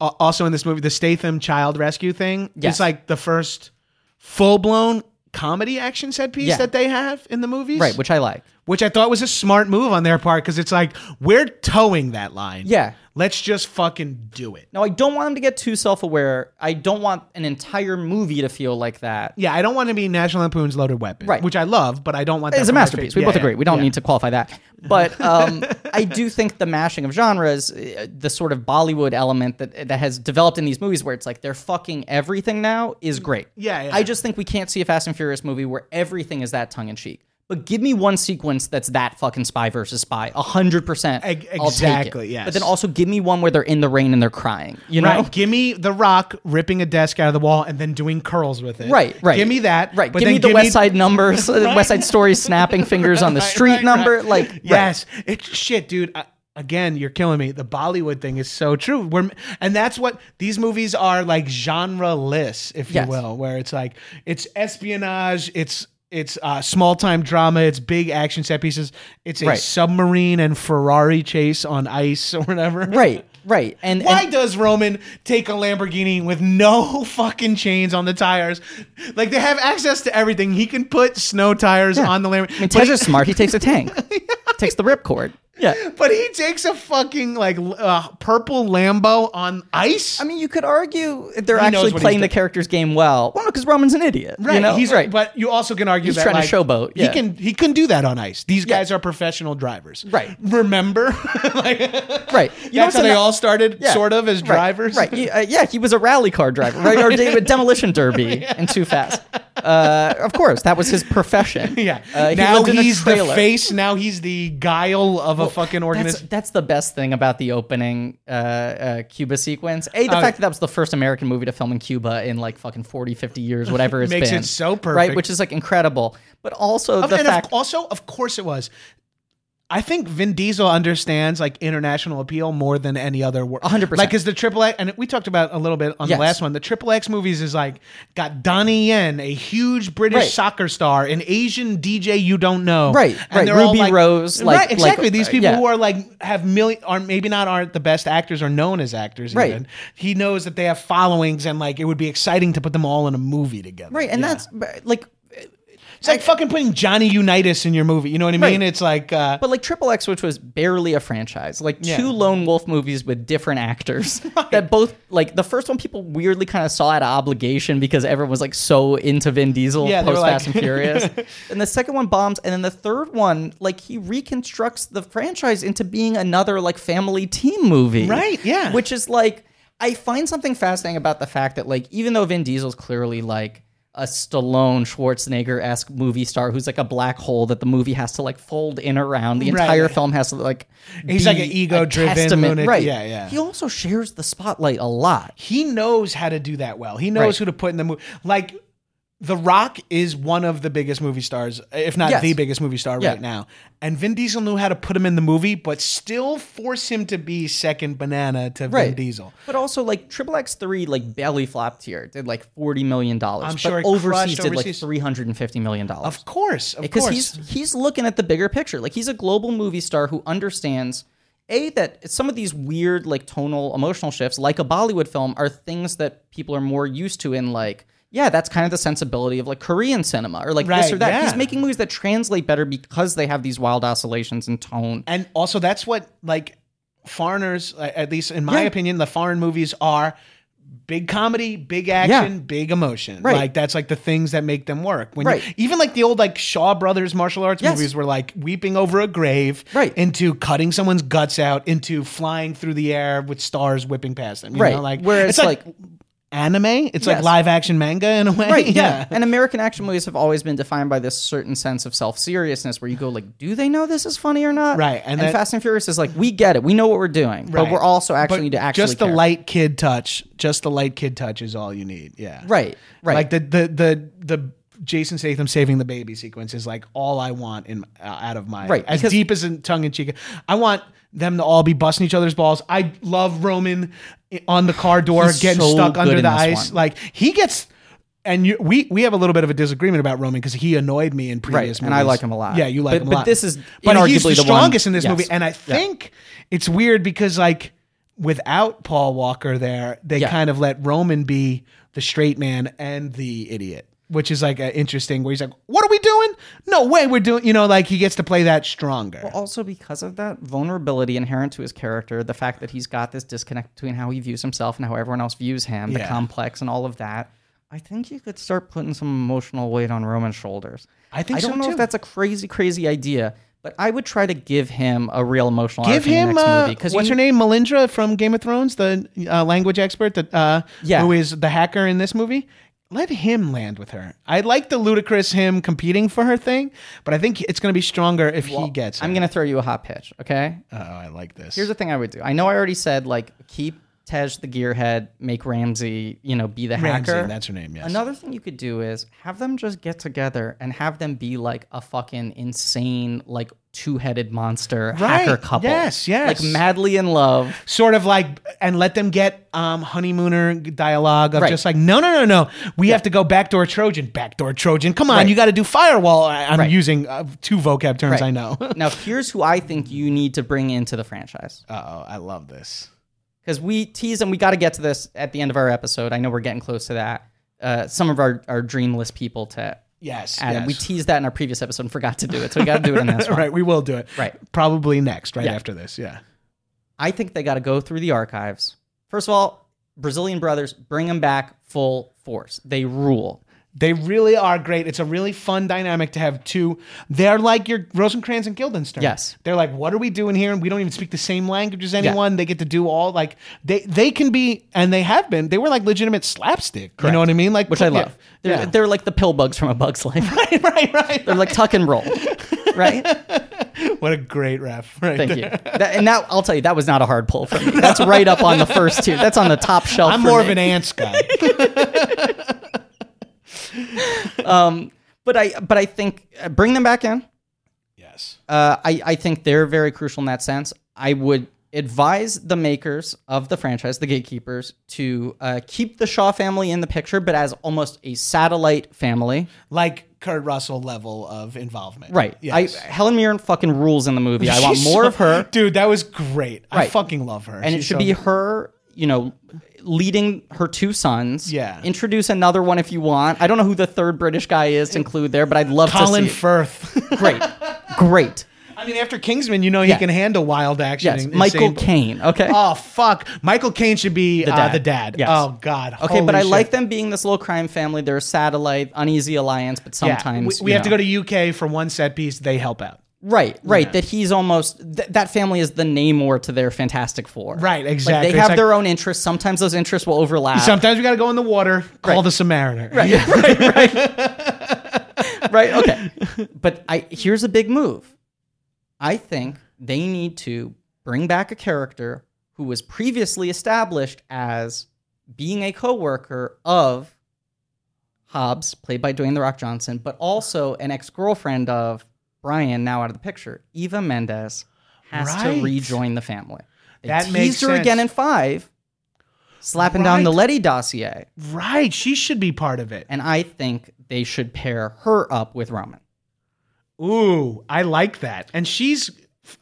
Speaker 1: al- also in this movie the Statham child rescue thing.
Speaker 2: Yes.
Speaker 1: It's like the first full blown comedy action set piece
Speaker 2: Yeah.
Speaker 1: that they have in the movies,
Speaker 2: right, which I like.
Speaker 1: which I thought was a smart move on their part because it's like we're towing that line.
Speaker 2: Yeah.
Speaker 1: let's just fucking do it.
Speaker 2: Now I don't want him to get too self-aware. I don't want an entire movie to feel like that.
Speaker 1: Yeah, I don't want to be National Lampoon's Loaded Weapon,
Speaker 2: Right.
Speaker 1: Which I love, but I don't want. That
Speaker 2: It's a
Speaker 1: for my
Speaker 2: masterpiece.
Speaker 1: favorite-
Speaker 2: We
Speaker 1: Yeah,
Speaker 2: both
Speaker 1: yeah,
Speaker 2: agree. We don't
Speaker 1: yeah.
Speaker 2: need to qualify that.
Speaker 1: [laughs]
Speaker 2: But um, I do think the mashing of genres, uh, the sort of Bollywood element that that has developed in these movies, where it's like they're fucking everything now, is great.
Speaker 1: Yeah, yeah.
Speaker 2: I just think we can't see a Fast and Furious movie where everything is that tongue in cheek. But give me one sequence that's that fucking spy versus spy, hundred percent.
Speaker 1: Eg- exactly, yes.
Speaker 2: But then also give me one where they're in the rain and they're crying. You know.
Speaker 1: Right. Give me the rock ripping a desk out of the wall and then doing curls with it.
Speaker 2: [laughs] Right, right.
Speaker 1: Give me that.
Speaker 2: Right.
Speaker 1: but
Speaker 2: give
Speaker 1: then
Speaker 2: me the West Side
Speaker 1: [laughs]
Speaker 2: numbers, uh, West Side Story snapping fingers on the street
Speaker 1: right,
Speaker 2: number.
Speaker 1: right. [laughs]
Speaker 2: Like, right.
Speaker 1: Yes, it's shit, dude. I, again, you're killing me. The Bollywood thing is so true. We're and that's what these movies are like genre-less, if
Speaker 2: Yes.
Speaker 1: you will, where it's like it's espionage, it's it's uh, small time drama, it's big action set pieces, it's a
Speaker 2: Right.
Speaker 1: submarine and Ferrari chase on ice or whatever.
Speaker 2: Right. Right. And,
Speaker 1: [laughs] Why
Speaker 2: and
Speaker 1: does Roman take a Lamborghini with no [laughs] fucking chains on the tires? Like they have access to everything. He can put snow tires on the Lamborghini.
Speaker 2: I mean, Tej's smart. He takes
Speaker 1: [laughs]
Speaker 2: a tank, takes the ripcord. Yeah.
Speaker 1: But he takes a fucking like l- uh, purple Lambo on ice.
Speaker 2: I mean, you could argue they're
Speaker 1: He knows
Speaker 2: actually
Speaker 1: what he's
Speaker 2: playing the
Speaker 1: doing.
Speaker 2: character's game well. Well, no, because Roman's an idiot. you know?
Speaker 1: he's right. But you also can argue
Speaker 2: He's
Speaker 1: that
Speaker 2: trying to
Speaker 1: like,
Speaker 2: showboat, yeah.
Speaker 1: He can he couldn't do that on ice. These guys are professional drivers.
Speaker 2: Right.
Speaker 1: Remember, [laughs] like,
Speaker 2: right. You know
Speaker 1: that's
Speaker 2: what's
Speaker 1: how they
Speaker 2: ano-
Speaker 1: all started,
Speaker 2: Yeah.
Speaker 1: sort of, as
Speaker 2: Right.
Speaker 1: drivers. [laughs]
Speaker 2: Right. He- uh, yeah, he was a rally car driver, right? Or a
Speaker 1: [laughs]
Speaker 2: demolition derby and too fast. Uh, of course, that was his profession.
Speaker 1: [laughs] Yeah.
Speaker 2: Uh, he
Speaker 1: now
Speaker 2: lived in a
Speaker 1: he's the
Speaker 2: trailer.
Speaker 1: face. Now he's the guile of a fucking
Speaker 2: That's,
Speaker 1: organism.
Speaker 2: that's the best thing about the opening uh, uh, Cuba sequence. A, the fact that that was the first American movie to film in Cuba in like fucking 40, 50 years, whatever it's
Speaker 1: Makes
Speaker 2: been.
Speaker 1: it so
Speaker 2: Right,
Speaker 1: perfect.
Speaker 2: which is like incredible. But also
Speaker 1: Of-
Speaker 2: the
Speaker 1: and
Speaker 2: fact.
Speaker 1: of, also, of course, it was. I think Vin Diesel understands like international appeal more than any other. Wor-
Speaker 2: 100%.
Speaker 1: Like, is the triple X, and we talked about a little bit on
Speaker 2: Yes.
Speaker 1: the last one. The triple X movies is like got Donnie Yen, a huge British
Speaker 2: Right.
Speaker 1: soccer star, an Asian DJ you don't know,
Speaker 2: Right, right.
Speaker 1: they're
Speaker 2: Ruby Rose, like-
Speaker 1: right,
Speaker 2: like,
Speaker 1: exactly. These
Speaker 2: uh,
Speaker 1: people
Speaker 2: yeah.
Speaker 1: who are like have million, are maybe not aren't the best actors or known as actors.
Speaker 2: Right.
Speaker 1: Even. He knows that they have followings, and like it would be exciting to put them all in a movie together.
Speaker 2: right, and
Speaker 1: Yeah.
Speaker 2: that's but, like.
Speaker 1: It's like fucking putting Johnny Unitas in your movie. You know what I mean?
Speaker 2: Right.
Speaker 1: It's like uh,
Speaker 2: But like Triple X, which was barely a franchise, like
Speaker 1: Yeah.
Speaker 2: two lone wolf movies with
Speaker 1: [laughs]
Speaker 2: different actors that both like the first one people weirdly kind of saw out of obligation because everyone was like so into Vin Diesel
Speaker 1: Yeah, they were
Speaker 2: post Fast
Speaker 1: like-
Speaker 2: and
Speaker 1: [laughs]
Speaker 2: Furious, and the second one bombs, and then the third one like he reconstructs the franchise into being another like family team movie,
Speaker 1: Right, yeah.
Speaker 2: which is like I find something fascinating about the fact that like even though Vin Diesel's clearly like a Stallone Schwarzenegger esque movie star who's like a black hole that the movie has to like fold in around the
Speaker 1: Right.
Speaker 2: entire film has to like
Speaker 1: He's
Speaker 2: be
Speaker 1: like an ego-driven
Speaker 2: a testament-
Speaker 1: lunatic.
Speaker 2: right
Speaker 1: Yeah, yeah.
Speaker 2: he also shares the spotlight a lot
Speaker 1: he knows how to do that well. He knows
Speaker 2: Right.
Speaker 1: who to put in the movie. Like The Rock is one of the biggest movie stars, if not
Speaker 2: Yes.
Speaker 1: the biggest movie star
Speaker 2: Yeah.
Speaker 1: right now. And Vin Diesel knew how to put him in the movie, but still force him to be second banana to Vin Diesel.
Speaker 2: but also like Triple X three like belly flopped here did like forty million dollars
Speaker 1: I'm
Speaker 2: but
Speaker 1: sure it
Speaker 2: overseas
Speaker 1: crushed
Speaker 2: did like
Speaker 1: overseas.
Speaker 2: three hundred and fifty million dollars
Speaker 1: Of course, of
Speaker 2: because
Speaker 1: course.
Speaker 2: he's he's looking at the bigger picture. Like he's a global movie star who understands a that some of these weird like tonal emotional shifts, like a Bollywood film, are things that people are more used to in like. Yeah, that's kind of the sensibility of like Korean cinema or like this
Speaker 1: Right,
Speaker 2: or that.
Speaker 1: yeah.
Speaker 2: He's making movies that translate better because they have these wild oscillations
Speaker 1: [laughs]
Speaker 2: in tone.
Speaker 1: and also that's what like foreigners uh, at least in my
Speaker 2: Yeah.
Speaker 1: opinion the foreign movies are big comedy big action
Speaker 2: Yeah.
Speaker 1: big emotion
Speaker 2: Right.
Speaker 1: like that's like the things that make them work when
Speaker 2: Right.
Speaker 1: you, even like the old like shaw brothers martial arts
Speaker 2: Yes.
Speaker 1: movies were like weeping over a grave
Speaker 2: Right.
Speaker 1: into cutting someone's guts out into flying through the air with stars whipping past them you
Speaker 2: Right.
Speaker 1: know? like
Speaker 2: Whereas,
Speaker 1: it's like,
Speaker 2: like-
Speaker 1: anime it's
Speaker 2: Yes.
Speaker 1: like live action manga in a way [laughs]
Speaker 2: Right, yeah. And American action movies have always been defined by this certain sense of self seriousness where you go, like, do they know this is funny or not?
Speaker 1: Right,
Speaker 2: And,
Speaker 1: and that-
Speaker 2: Fast and Furious is like, we get it. We know what we're doing. But
Speaker 1: Right.
Speaker 2: we're also actually
Speaker 1: But
Speaker 2: need to actually
Speaker 1: just the
Speaker 2: care.
Speaker 1: light kid touch. Just the light kid touch is all you need. Yeah.
Speaker 2: Right, right.
Speaker 1: Like the the the the Jason Statham saving the baby sequence is like all I want in uh, out of my
Speaker 2: Right,
Speaker 1: As
Speaker 2: because-
Speaker 1: deep as in tongue in cheek. I want them to all be busting each other's balls. I love Roman i- on the car door
Speaker 2: He's
Speaker 1: getting
Speaker 2: so
Speaker 1: stuck
Speaker 2: good
Speaker 1: under
Speaker 2: in
Speaker 1: the
Speaker 2: this
Speaker 1: ice.
Speaker 2: one.
Speaker 1: Like he gets. And you, we we have a little bit of a disagreement about Roman because he annoyed me in previous movies,
Speaker 2: and I like him a lot.
Speaker 1: Yeah, you like
Speaker 2: But-
Speaker 1: him a
Speaker 2: but
Speaker 1: lot.
Speaker 2: this is
Speaker 1: but he's
Speaker 2: inarguably
Speaker 1: the
Speaker 2: the one-
Speaker 1: strongest in this
Speaker 2: yes.
Speaker 1: movie, and I
Speaker 2: Yeah.
Speaker 1: think it's weird because like without Paul Walker there, they
Speaker 2: Yeah.
Speaker 1: kind of let Roman be the straight man and the idiot. which is like uh, interesting. Where he's like, "What are we doing? No way, we're doing." You know, like he gets to play that stronger.
Speaker 2: also because of that vulnerability inherent to his character, the fact that he's got this disconnect between how he views himself and how everyone else views him, the
Speaker 1: Yeah.
Speaker 2: complex and all of that. I think you could start putting some emotional weight on Roman's shoulders.
Speaker 1: I think
Speaker 2: I don't
Speaker 1: so,
Speaker 2: know
Speaker 1: too.
Speaker 2: if that's a crazy, crazy idea, but I would try to give him a real emotional.
Speaker 1: Give
Speaker 2: arc in the
Speaker 1: him
Speaker 2: next
Speaker 1: uh,
Speaker 2: movie, 'cause
Speaker 1: what's
Speaker 2: you-
Speaker 1: her name, Melindra from Game of Thrones, the uh, language expert that uh,
Speaker 2: Yeah.
Speaker 1: who is the hacker in this movie. Let him land with her. I like the ludicrous him competing for her thing, but I think it's going to be stronger if he gets.
Speaker 2: I'm
Speaker 1: her.
Speaker 2: gonna throw you a hot pitch, okay?
Speaker 1: Oh, I like this.
Speaker 2: Here's the thing I would do. I know I already said like keep Tej the gearhead, make Ramsey, you know, be the
Speaker 1: Ramsey,
Speaker 2: hacker.
Speaker 1: that's her name. Yes.
Speaker 2: Another thing you could do is have them just get together and have them be like a fucking insane, like two headed monster hacker
Speaker 1: Right.
Speaker 2: couple.
Speaker 1: Yes, yes.
Speaker 2: Like madly in love.
Speaker 1: sort of like and let them get um honeymooner dialogue of
Speaker 2: Right.
Speaker 1: just like no no no no we have to go backdoor trojan backdoor trojan come on you got to do firewall I- i'm
Speaker 2: Right.
Speaker 1: using uh, two vocab terms
Speaker 2: Right.
Speaker 1: i know [laughs] uh
Speaker 2: now, here's who I think you need to bring into the franchise.
Speaker 1: oh i love this
Speaker 2: Because we tease and we got to get to this at the end of our episode. I know we're getting close to that. Uh, some of our, our dream list people to
Speaker 1: yes,
Speaker 2: add.
Speaker 1: yes.
Speaker 2: We teased that in our previous episode and forgot to do it. So we got to do it in
Speaker 1: [laughs]
Speaker 2: this one.
Speaker 1: right we will do it
Speaker 2: Right.
Speaker 1: probably next right
Speaker 2: Yeah.
Speaker 1: after this yeah
Speaker 2: I think they got to go through the archives. First of all, Brazilian brothers, bring them back full force. They rule.
Speaker 1: they really are great. It's a really fun dynamic to have two. They're like your Rosencrantz and Guildenstern.
Speaker 2: Yes.
Speaker 1: They're like, what are we doing here? And we don't even speak the same language as anyone. They get to do all like they they can be and they have been. They were like legitimate slapstick. You know what I mean? Like
Speaker 2: which I love. They're,
Speaker 1: Yeah.
Speaker 2: they're like the pill bugs from A Bug's Life.
Speaker 1: right, [laughs] right, right.
Speaker 2: [laughs] They're like tuck and roll, right?
Speaker 1: What a great ref. Right.
Speaker 2: Thank you. That, and that I'll tell you, that was not a hard pull for me. That's right up on the first tier. That's on the top shelf.
Speaker 1: I'm
Speaker 2: for
Speaker 1: more
Speaker 2: me.
Speaker 1: of an ants
Speaker 2: [laughs]
Speaker 1: guy.
Speaker 2: but I but I think uh, bring them back in.
Speaker 1: yes.
Speaker 2: Uh, I I think they're very crucial in that sense. I would advise the makers of the franchise, the gatekeepers, to uh, keep the Shaw family in the picture, but as almost a satellite family.
Speaker 1: Like Kurt Russell level of involvement.
Speaker 2: Right.
Speaker 1: Yes.
Speaker 2: I, Helen Mirren fucking rules in the movie. I
Speaker 1: [laughs]
Speaker 2: want
Speaker 1: She's
Speaker 2: more
Speaker 1: so-
Speaker 2: of her.
Speaker 1: Dude, that was great. I
Speaker 2: Right.
Speaker 1: fucking love her.
Speaker 2: and it
Speaker 1: She's
Speaker 2: should
Speaker 1: so
Speaker 2: be her you know leading her two sons
Speaker 1: Yeah.
Speaker 2: introduce another one if you want i don't know who the third british guy is to include there but i'd love
Speaker 1: Colin
Speaker 2: to see
Speaker 1: Firth. [laughs]
Speaker 2: it. [laughs] great great
Speaker 1: I mean, after Kingsman, you know he
Speaker 2: Yeah.
Speaker 1: can handle wild action.
Speaker 2: yes
Speaker 1: and
Speaker 2: michael
Speaker 1: insane-
Speaker 2: caine okay
Speaker 1: Oh fuck, Michael Caine should be the dad. Uh,
Speaker 2: dad.
Speaker 1: the dad.
Speaker 2: Yes.
Speaker 1: Oh god.
Speaker 2: okay but i like them being this little crime family they're a satellite uneasy alliance but sometimes
Speaker 1: we, we
Speaker 2: you
Speaker 1: have
Speaker 2: know.
Speaker 1: to go to UK for one set piece. They help out.
Speaker 2: Right, right. That he's almost th- that family is the Namor to their Fantastic Four.
Speaker 1: Right,
Speaker 2: Like,
Speaker 1: exactly. It's
Speaker 2: they have
Speaker 1: like-
Speaker 2: their own interests. Sometimes those interests will overlap.
Speaker 1: Sometimes we got to go in the water. Call the Samaritan. Right.
Speaker 2: [laughs] right? Okay. [laughs] But I here's a big move. I think they need to bring back a character who was previously established as being a coworker of Hobbs, played by Dwayne the Rock Johnson, but also an ex-girlfriend of Brian, now out of the picture. Eva Mendes has
Speaker 1: Right.
Speaker 2: to rejoin the family. They
Speaker 1: That
Speaker 2: teased
Speaker 1: makes
Speaker 2: her again in
Speaker 1: sense.
Speaker 2: five, slapping down
Speaker 1: Right.
Speaker 2: the Letty dossier,
Speaker 1: [laughs] right. She should be part of it.
Speaker 2: and I think they should pair her up with Roman.
Speaker 1: Ooh, I like that. And she's,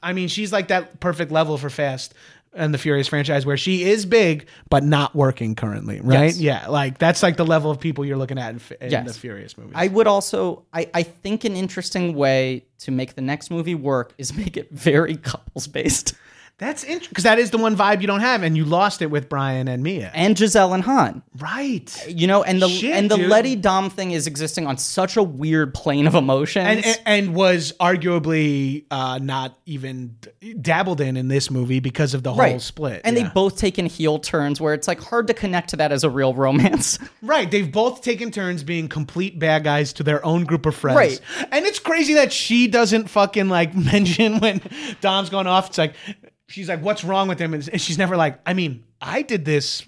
Speaker 1: I mean, she's like that perfect level for Fast and the Furious franchise where she is big but not working currently. Right.
Speaker 2: Yes.
Speaker 1: Yeah. Like that's like the level of people you're looking at in, F- in
Speaker 2: Yes.
Speaker 1: the Furious movies.
Speaker 2: I would also, I, I think an interesting way to make the next movie work is make it very couples based.
Speaker 1: That's interesting because that is the one vibe you don't have, and you lost it with Brian and Mia.
Speaker 2: And Giselle and Han,
Speaker 1: right.
Speaker 2: you know, and the
Speaker 1: Shit,
Speaker 2: and the
Speaker 1: dude.
Speaker 2: Letty Dom thing is existing on such a weird plane of emotions.
Speaker 1: And, and and was arguably uh, not even d- dabbled in in this movie because of the whole split.
Speaker 2: and
Speaker 1: yeah.
Speaker 2: they both taken heel turns where it's like hard to connect to that as a real romance. [laughs]
Speaker 1: right, they've both taken turns being complete bad guys to their own group of friends.
Speaker 2: Right.
Speaker 1: and it's crazy that she doesn't fucking like [laughs] mention when Dom's gone off. It's like she's like, "What's wrong with him?" And and she's never like, "I mean, I did this."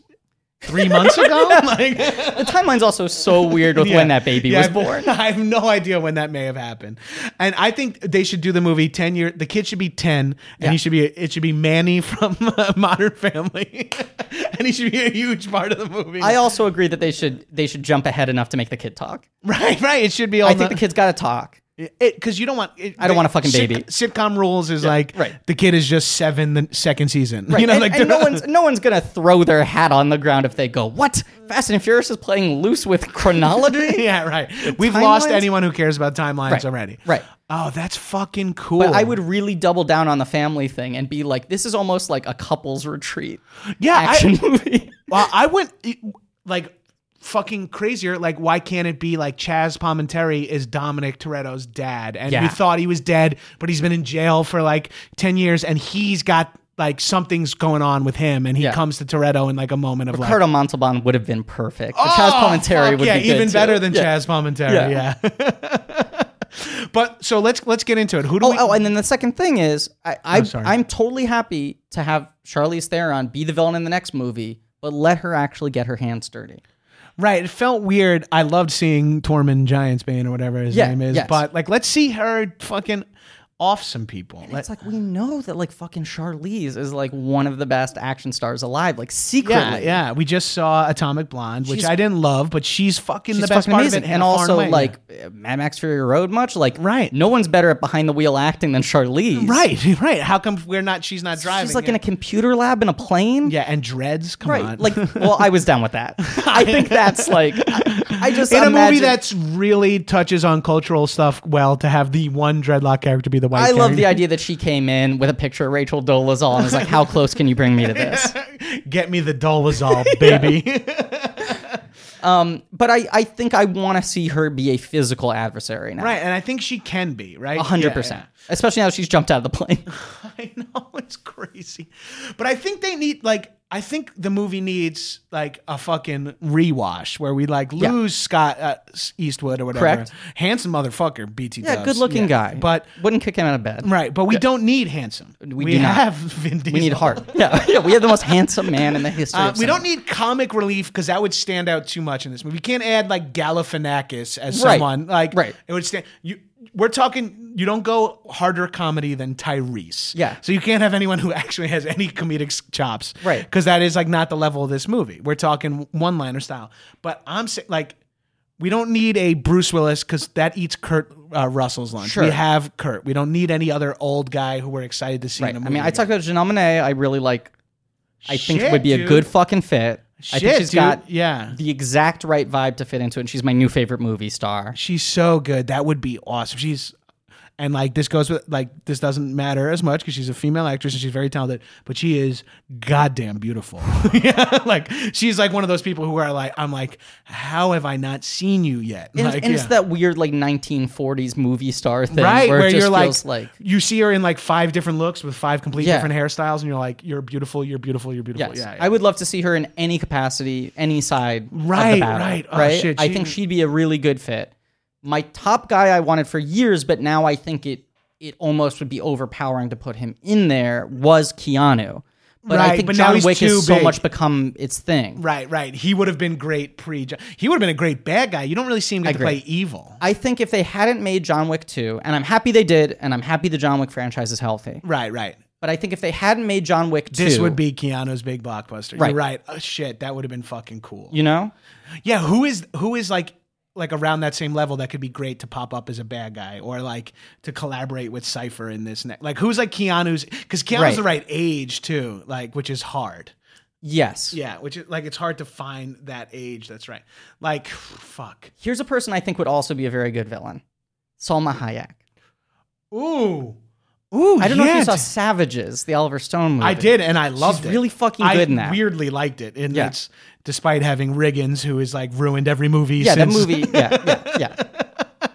Speaker 1: Three months ago,
Speaker 2: [laughs]
Speaker 1: [laughs] like
Speaker 2: the timeline's also so weird with when
Speaker 1: Yeah.
Speaker 2: that baby
Speaker 1: Yeah,
Speaker 2: was
Speaker 1: I've- [laughs]
Speaker 2: born.
Speaker 1: I have no idea when that may have happened. And I think they should do the movie 10 year the kid should be 10 and he should be it should be Manny from [laughs] uh, Modern Family. [laughs] and he should be a huge part of the movie.
Speaker 2: I also agree that they should they should jump ahead enough to make the kid talk.
Speaker 1: [laughs] right, right. It should be all
Speaker 2: I think
Speaker 1: the-
Speaker 2: the kid's got to talk.
Speaker 1: Because you don't want. It,
Speaker 2: I don't want a fucking
Speaker 1: sit-
Speaker 2: baby.
Speaker 1: Sitcom rules is like
Speaker 2: right.
Speaker 1: the kid is just seven the second season. [laughs] You know,
Speaker 2: and,
Speaker 1: like
Speaker 2: and no one's no one's gonna throw their hat on the ground if they go, "What? Fast and Furious is playing loose with
Speaker 1: [laughs]
Speaker 2: chronology."
Speaker 1: yeah, right. We've lost
Speaker 2: timelines?
Speaker 1: anyone who cares about timelines
Speaker 2: Right,
Speaker 1: already.
Speaker 2: right.
Speaker 1: Oh, that's fucking cool.
Speaker 2: But I would really double down on the family thing and be like, "This is almost like a couples retreat
Speaker 1: Yeah, I-
Speaker 2: action movie."
Speaker 1: [laughs]
Speaker 2: [laughs]
Speaker 1: Well, I went e, like fucking crazier. Like, why can't it be like Chaz Palminteri is Dominic Toretto's dad, and we
Speaker 2: Yeah.
Speaker 1: thought he was dead, but he's been in jail for like ten years, and he's got like something's going on with him, and he
Speaker 2: Yeah.
Speaker 1: comes to Toretto in like a moment of
Speaker 2: Ricardo
Speaker 1: like.
Speaker 2: Montalban would have been perfect. Oh, Chaz
Speaker 1: "Oh,
Speaker 2: Palminteri
Speaker 1: fuck
Speaker 2: would
Speaker 1: yeah,
Speaker 2: be good
Speaker 1: even
Speaker 2: too.
Speaker 1: better than
Speaker 2: Yeah.
Speaker 1: Chaz Palminteri. Yeah. [laughs] but so let's let's get into it. Who do
Speaker 2: Oh,
Speaker 1: we?
Speaker 2: oh, and then the second thing is, I, I
Speaker 1: sorry.
Speaker 2: I'm totally happy to have Charlize Theron be the villain in the next movie, but let her actually get her hands dirty.
Speaker 1: Right. It felt weird. I loved seeing Tormund Giantsbane or whatever his
Speaker 2: Yeah,
Speaker 1: name is.
Speaker 2: yes.
Speaker 1: But like let's see her fucking off some people. Let-
Speaker 2: It's like we know that like fucking Charlize is like one of the best action stars alive, like secretly.
Speaker 1: yeah, yeah. We just saw Atomic Blonde, which
Speaker 2: She's-
Speaker 1: I didn't love, but she's fucking
Speaker 2: She's
Speaker 1: the best
Speaker 2: fucking
Speaker 1: part
Speaker 2: amazing.
Speaker 1: of it. in
Speaker 2: and
Speaker 1: a far
Speaker 2: also
Speaker 1: way.
Speaker 2: like uh, Mad Max Fury Road much like
Speaker 1: Right.
Speaker 2: no one's better at behind the wheel acting than Charlize.
Speaker 1: Right, [laughs] right. How come we're not she's not driving?
Speaker 2: She's like
Speaker 1: it?
Speaker 2: in a computer lab in a plane.
Speaker 1: Yeah, and dreads. Come
Speaker 2: Right.
Speaker 1: on.
Speaker 2: Like well, I was down
Speaker 1: [laughs]
Speaker 2: with that. I think that's like I, I just
Speaker 1: in a movie
Speaker 2: imagine-
Speaker 1: that's really touches on cultural stuff well to have the one dreadlock character be the white
Speaker 2: I love the
Speaker 1: character.
Speaker 2: idea that she came in with a picture of Rachel Dolezal and was like, "How close can you bring me
Speaker 1: [laughs]
Speaker 2: to this?"
Speaker 1: Get me the
Speaker 2: [laughs]
Speaker 1: Dolezal, baby.
Speaker 2: But I, I think I want to see her be a physical adversary now.
Speaker 1: Right, and I think she can be, right?
Speaker 2: A hundred
Speaker 1: Yeah,
Speaker 2: percent. Especially now she's jumped out of the plane.
Speaker 1: [laughs]
Speaker 2: [laughs]
Speaker 1: I know it's crazy, but I think they need like I think the movie needs like a fucking rewash where we like
Speaker 2: Yeah.
Speaker 1: lose Scott uh, Eastwood or whatever.
Speaker 2: Correct.
Speaker 1: Handsome motherfucker, BT.
Speaker 2: Yeah,
Speaker 1: Dubs.
Speaker 2: good looking guy.
Speaker 1: But
Speaker 2: wouldn't kick him out of bed.
Speaker 1: right, but we don't need handsome. We,
Speaker 2: do not.
Speaker 1: have [laughs] Vin Diesel.
Speaker 2: We need heart.
Speaker 1: [laughs]
Speaker 2: Yeah, yeah. We have the most handsome man in the history.
Speaker 1: Uh,
Speaker 2: of
Speaker 1: we
Speaker 2: cinema.
Speaker 1: don't need comic relief because that would stand out too much in this movie. You can't add like Galifianakis as
Speaker 2: Right.
Speaker 1: someone like
Speaker 2: Right.
Speaker 1: It would stand. You we're talking. You don't go harder comedy than Tyrese.
Speaker 2: Yeah.
Speaker 1: So you can't have anyone who actually has any comedic s- chops.
Speaker 2: Right.
Speaker 1: Because that is like not the level of this movie. We're talking one liner style. But I'm saying like. We don't need a Bruce Willis because that eats Kurt uh, Russell's lunch.
Speaker 2: Sure.
Speaker 1: We have Kurt. We don't need any other old guy who we're excited to see in
Speaker 2: Right. I
Speaker 1: a
Speaker 2: mean,
Speaker 1: movie.
Speaker 2: I talked about Janelle Monae. I really like. I think
Speaker 1: Shit,
Speaker 2: would be
Speaker 1: dude.
Speaker 2: a good fucking fit. I think
Speaker 1: Shit,
Speaker 2: she's
Speaker 1: dude.
Speaker 2: got
Speaker 1: Yeah.
Speaker 2: the exact right vibe to fit into it. And she's my new favorite movie star.
Speaker 1: She's so good. That would be awesome. She's and like this goes with like this doesn't matter as much because she's a female actress and she's very talented, but she is goddamn beautiful. [laughs] yeah, like she's like one of those people who are like, I'm like, how have I not seen you yet?
Speaker 2: And,
Speaker 1: like,
Speaker 2: it's, and it's
Speaker 1: yeah.
Speaker 2: that weird like 1940s movie star thing,
Speaker 1: right
Speaker 2: Where,
Speaker 1: where,
Speaker 2: it just
Speaker 1: you're like,
Speaker 2: feels like,
Speaker 1: you see her in like five different looks with five complete
Speaker 2: Yeah.
Speaker 1: different hairstyles, and you're like, you're beautiful, you're beautiful, you're beautiful.
Speaker 2: yes,
Speaker 1: Yeah,
Speaker 2: I would love to see her in any capacity, any side. of
Speaker 1: Right,
Speaker 2: the battle,
Speaker 1: right. Oh,
Speaker 2: right.
Speaker 1: shit,
Speaker 2: I
Speaker 1: she-
Speaker 2: think she'd be a really good fit. My top guy I wanted for years, but now I think it it almost would be overpowering to put him in there was Keanu. But
Speaker 1: Right,
Speaker 2: I think
Speaker 1: but now
Speaker 2: John
Speaker 1: he's
Speaker 2: Wick
Speaker 1: too
Speaker 2: has so
Speaker 1: big.
Speaker 2: much become its thing.
Speaker 1: Right, right. He would have been great pre. He would have been a great bad guy. You don't really see him get to play
Speaker 2: agree.
Speaker 1: evil.
Speaker 2: I think if they hadn't made John Wick 2, and I'm happy they did, and I'm happy the John Wick franchise is healthy,
Speaker 1: Right, right.
Speaker 2: but I think if they hadn't made John Wick 2,
Speaker 1: This would be Keanu's big blockbuster. You're
Speaker 2: Right.
Speaker 1: right. Oh, shit, that would have been fucking cool.
Speaker 2: you know?
Speaker 1: yeah, who is who is like like around that same level that could be great to pop up as a bad guy or like to collaborate with Cypher in this next like who's like Keanu's because Keanu's
Speaker 2: Right.
Speaker 1: the right age too, like which is hard.
Speaker 2: Yes.
Speaker 1: Yeah, which is like it's hard to find that age that's right. Like fuck.
Speaker 2: Here's a person I think would also be a very good villain. Salma Hayek.
Speaker 1: Ooh. Ooh.
Speaker 2: I don't know if
Speaker 1: yeah,
Speaker 2: you saw
Speaker 1: dude.
Speaker 2: Savages, the Oliver Stone movie.
Speaker 1: I did, and I loved it.
Speaker 2: really fucking
Speaker 1: I
Speaker 2: good in that.
Speaker 1: Weirdly liked it, and
Speaker 2: Yeah.
Speaker 1: it's despite having Riggins, who is like ruined every movie.
Speaker 2: Yeah, that
Speaker 1: since.
Speaker 2: movie. Yeah,
Speaker 1: [laughs]
Speaker 2: yeah, yeah.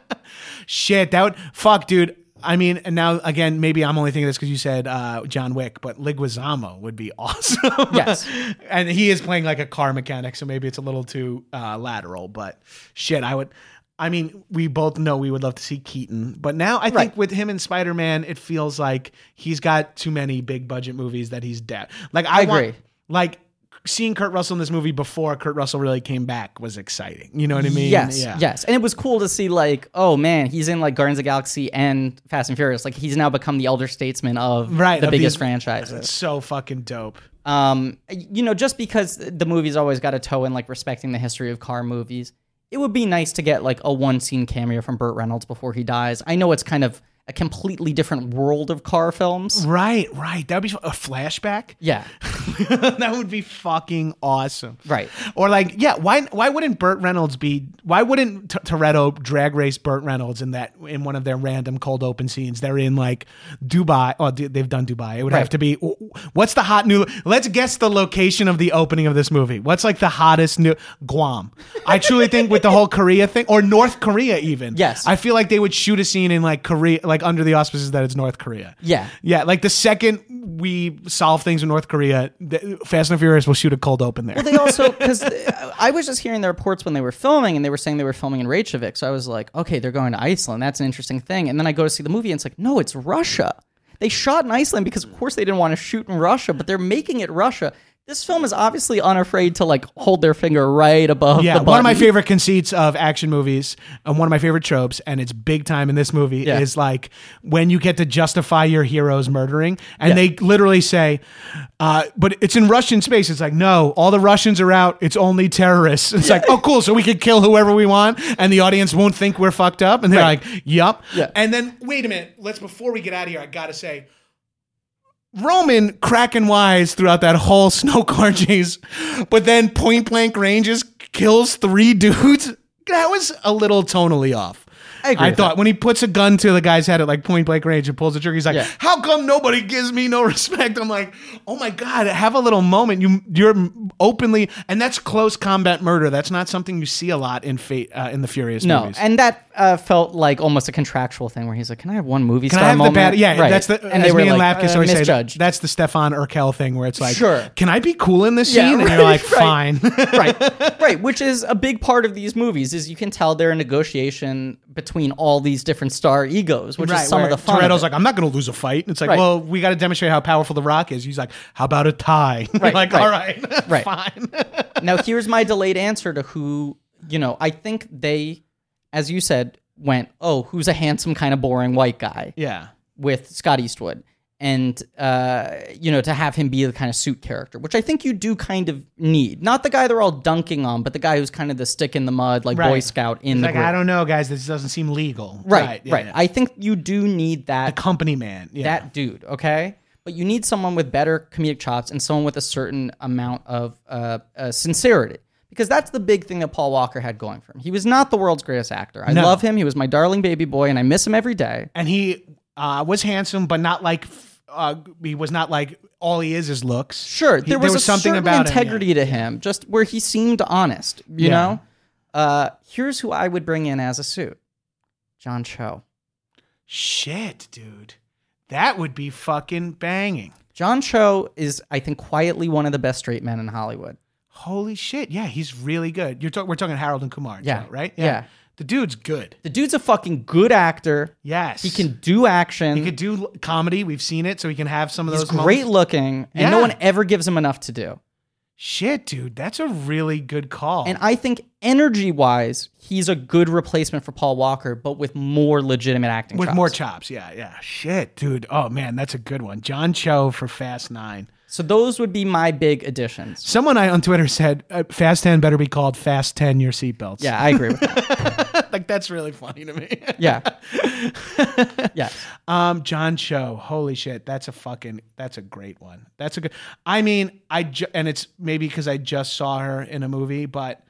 Speaker 1: Shit, that would fuck, dude. I mean, and now again, maybe I'm only thinking this because you said uh, John Wick, but Liguizamo would be [laughs] awesome.
Speaker 2: Yes.
Speaker 1: and he is playing like a car mechanic, so maybe it's a little too uh, lateral. But shit, I would. I mean, we both know we would love to see Keaton, but now I think
Speaker 2: Right.
Speaker 1: with him and Spider Man, it feels like he's got too many big budget movies that he's dead. Like I,
Speaker 2: I
Speaker 1: want-
Speaker 2: agree.
Speaker 1: Like seeing Kurt Russell in this movie before Kurt Russell really came back was exciting. You know what I mean?
Speaker 2: yes,
Speaker 1: Yeah.
Speaker 2: yes. And it was cool to see, like, oh man, he's in like Guardians of the Galaxy and Fast and Furious. Like, he's now become the elder statesman of
Speaker 1: Right,
Speaker 2: the
Speaker 1: of
Speaker 2: biggest
Speaker 1: these-
Speaker 2: franchises.
Speaker 1: So fucking dope.
Speaker 2: Um, you know, just because the movie's always got a toe in like respecting the history of car movies, it would be nice to get like a one scene cameo from Burt Reynolds before he dies. I know it's kind of a completely different world of car films.
Speaker 1: Right, right. That would be a flashback.
Speaker 2: Yeah.
Speaker 1: [laughs] that would be fucking awesome.
Speaker 2: Right.
Speaker 1: Or like, yeah, why why wouldn't Burt Reynolds be why wouldn't T- Toretto drag race Burt Reynolds in that in one of their random cold open scenes? They're in like Dubai. Oh, d- they've done Dubai. It would have
Speaker 2: Right.
Speaker 1: to be what's the hot new Let's guess the location of the opening of this movie. What's like the hottest new Guam. I truly think with the whole Korea thing or North Korea even.
Speaker 2: Yes.
Speaker 1: I feel like they would shoot a scene in like Korea like under the auspices that it's North Korea.
Speaker 2: Yeah.
Speaker 1: Yeah, like the second we solve things in North Korea, th- Fast and Furious will shoot a cold open there.
Speaker 2: They also because I was just hearing the reports when they were filming, and they were saying they were filming in Reykjavik. So I was like, okay, they're going to Iceland. That's an interesting thing. And then I go to see the movie, and it's like, no, it's Russia. They shot in Iceland because, of course, they didn't want to shoot in Russia, but they're making it Russia. This film is obviously unafraid to like hold their finger right above.
Speaker 1: yeah,
Speaker 2: the
Speaker 1: one of my
Speaker 2: button.
Speaker 1: favorite conceits of action movies, and one of my favorite tropes, and it's big time in this movie,
Speaker 2: Yeah.
Speaker 1: is like when you get to justify your heroes murdering, and they literally say, uh, "But it's in Russian space." It's like, no, all the Russians are out. It's only terrorists. It's like, oh, cool, so we could kill whoever we want, and the audience won't think we're fucked up, and they're
Speaker 2: Right.
Speaker 1: like, "Yup."
Speaker 2: Yeah.
Speaker 1: And then wait a minute, let's before we get out of here, I gotta say. Roman cracking wise throughout that whole [laughs] snow car chase, but then point blank ranges kills three dudes. [laughs] That was a little tonally off. I,
Speaker 2: agree with
Speaker 1: thought when he puts a gun to the guy's head at like point blank range and pulls the trigger, he's like,
Speaker 2: Yeah.
Speaker 1: "How come nobody gives me no [laughs] respect?" I'm like, "Oh my god, have a little moment. You you're openly and that's close combat murder. That's not something you see a lot in Fate uh, in the Furious
Speaker 2: No,
Speaker 1: movies."
Speaker 2: and that uh, felt like almost a contractual thing where he's like, "Can I have one movie
Speaker 1: Can
Speaker 2: star
Speaker 1: I have
Speaker 2: moment?"
Speaker 1: the bad? Yeah,
Speaker 2: Right.
Speaker 1: that's the. as
Speaker 2: and they were
Speaker 1: me and
Speaker 2: like,
Speaker 1: Lapkus
Speaker 2: uh,
Speaker 1: always say,
Speaker 2: misjudged.
Speaker 1: that's the Stefan Urkel thing where it's like,
Speaker 2: Sure.
Speaker 1: can I be cool in this
Speaker 2: Yeah,
Speaker 1: scene? and you're like,
Speaker 2: [laughs] right,
Speaker 1: fine.
Speaker 2: right right which is a big part of these movies is you can tell they're a negotiation between all these different star egos which
Speaker 1: [laughs]
Speaker 2: is some of
Speaker 1: where
Speaker 2: the fun of
Speaker 1: Toretto's
Speaker 2: it.
Speaker 1: like, I'm not going to lose a fight. It's like,
Speaker 2: Right.
Speaker 1: well, we got to demonstrate how powerful The Rock is. He's like, how about a tie? [laughs] You're
Speaker 2: Right,
Speaker 1: like,
Speaker 2: right.
Speaker 1: all right, [laughs]
Speaker 2: Right. [laughs]
Speaker 1: fine.
Speaker 2: now here's my delayed answer to who you know i think they as you said went oh who's a handsome kind of boring white guy
Speaker 1: yeah.
Speaker 2: with Scott Eastwood and uh, you know to have him be the kind of suit character which i think you do kind of need not the guy they're all dunking on but the guy who's kind of the stick in the mud like boy
Speaker 1: Right.
Speaker 2: scout in the
Speaker 1: Like,
Speaker 2: group.
Speaker 1: I don't know, guys. This doesn't seem legal.
Speaker 2: right right,
Speaker 1: yeah, yeah.
Speaker 2: i think you do need that
Speaker 1: A company man. Yeah.
Speaker 2: that dude, okay? But you need someone with better comedic chops and someone with a certain amount of uh, uh, sincerity. Because that's the big thing that Paul Walker had going for him. He was not the world's greatest actor. I
Speaker 1: No.
Speaker 2: love him. He was my darling baby boy, and I miss him every day.
Speaker 1: and he uh, was handsome, but not like f- uh, he was not like all he is is looks.
Speaker 2: Sure,
Speaker 1: He-
Speaker 2: there, was, a something certain
Speaker 1: about him, yeah.
Speaker 2: integrity to him, just where he seemed honest, you
Speaker 1: Yeah.
Speaker 2: know? Uh, here's who I would bring in as a suit John Cho.
Speaker 1: Shit, dude. That would be fucking banging.
Speaker 2: John Cho is, I think, quietly one of the best straight men in Hollywood.
Speaker 1: Holy shit. Yeah, he's really good. You're talk- we're talking Harold and Kumar,
Speaker 2: Yeah.
Speaker 1: too, right?
Speaker 2: Yeah.
Speaker 1: The dude's good.
Speaker 2: The dude's a fucking good actor.
Speaker 1: Yes.
Speaker 2: He can do action.
Speaker 1: he could do l- comedy. We've seen it, so he can have some of
Speaker 2: He's
Speaker 1: those
Speaker 2: great
Speaker 1: moments.
Speaker 2: looking, and
Speaker 1: Yeah.
Speaker 2: no one ever gives him enough to do.
Speaker 1: Shit, dude. That's a really good call.
Speaker 2: And I think energy wise, he's a good replacement for Paul Walker, but with more legitimate acting.
Speaker 1: with
Speaker 2: chops.
Speaker 1: more chops, yeah, yeah. Shit, dude. Oh man, that's a good one. John Cho for Fast Nine.
Speaker 2: so those would be my big additions.
Speaker 1: Someone I on Twitter said uh, Fast Ten better be called Fast Ten Your Seatbelts.
Speaker 2: Yeah, I agree with that.
Speaker 1: [laughs] like that's really funny to me. [laughs]
Speaker 2: Yeah. yeah.
Speaker 1: Um, John Cho. Holy shit, that's a fucking that's a great one. That's a good. I mean, I ju- and it's maybe because I just saw her in a movie, but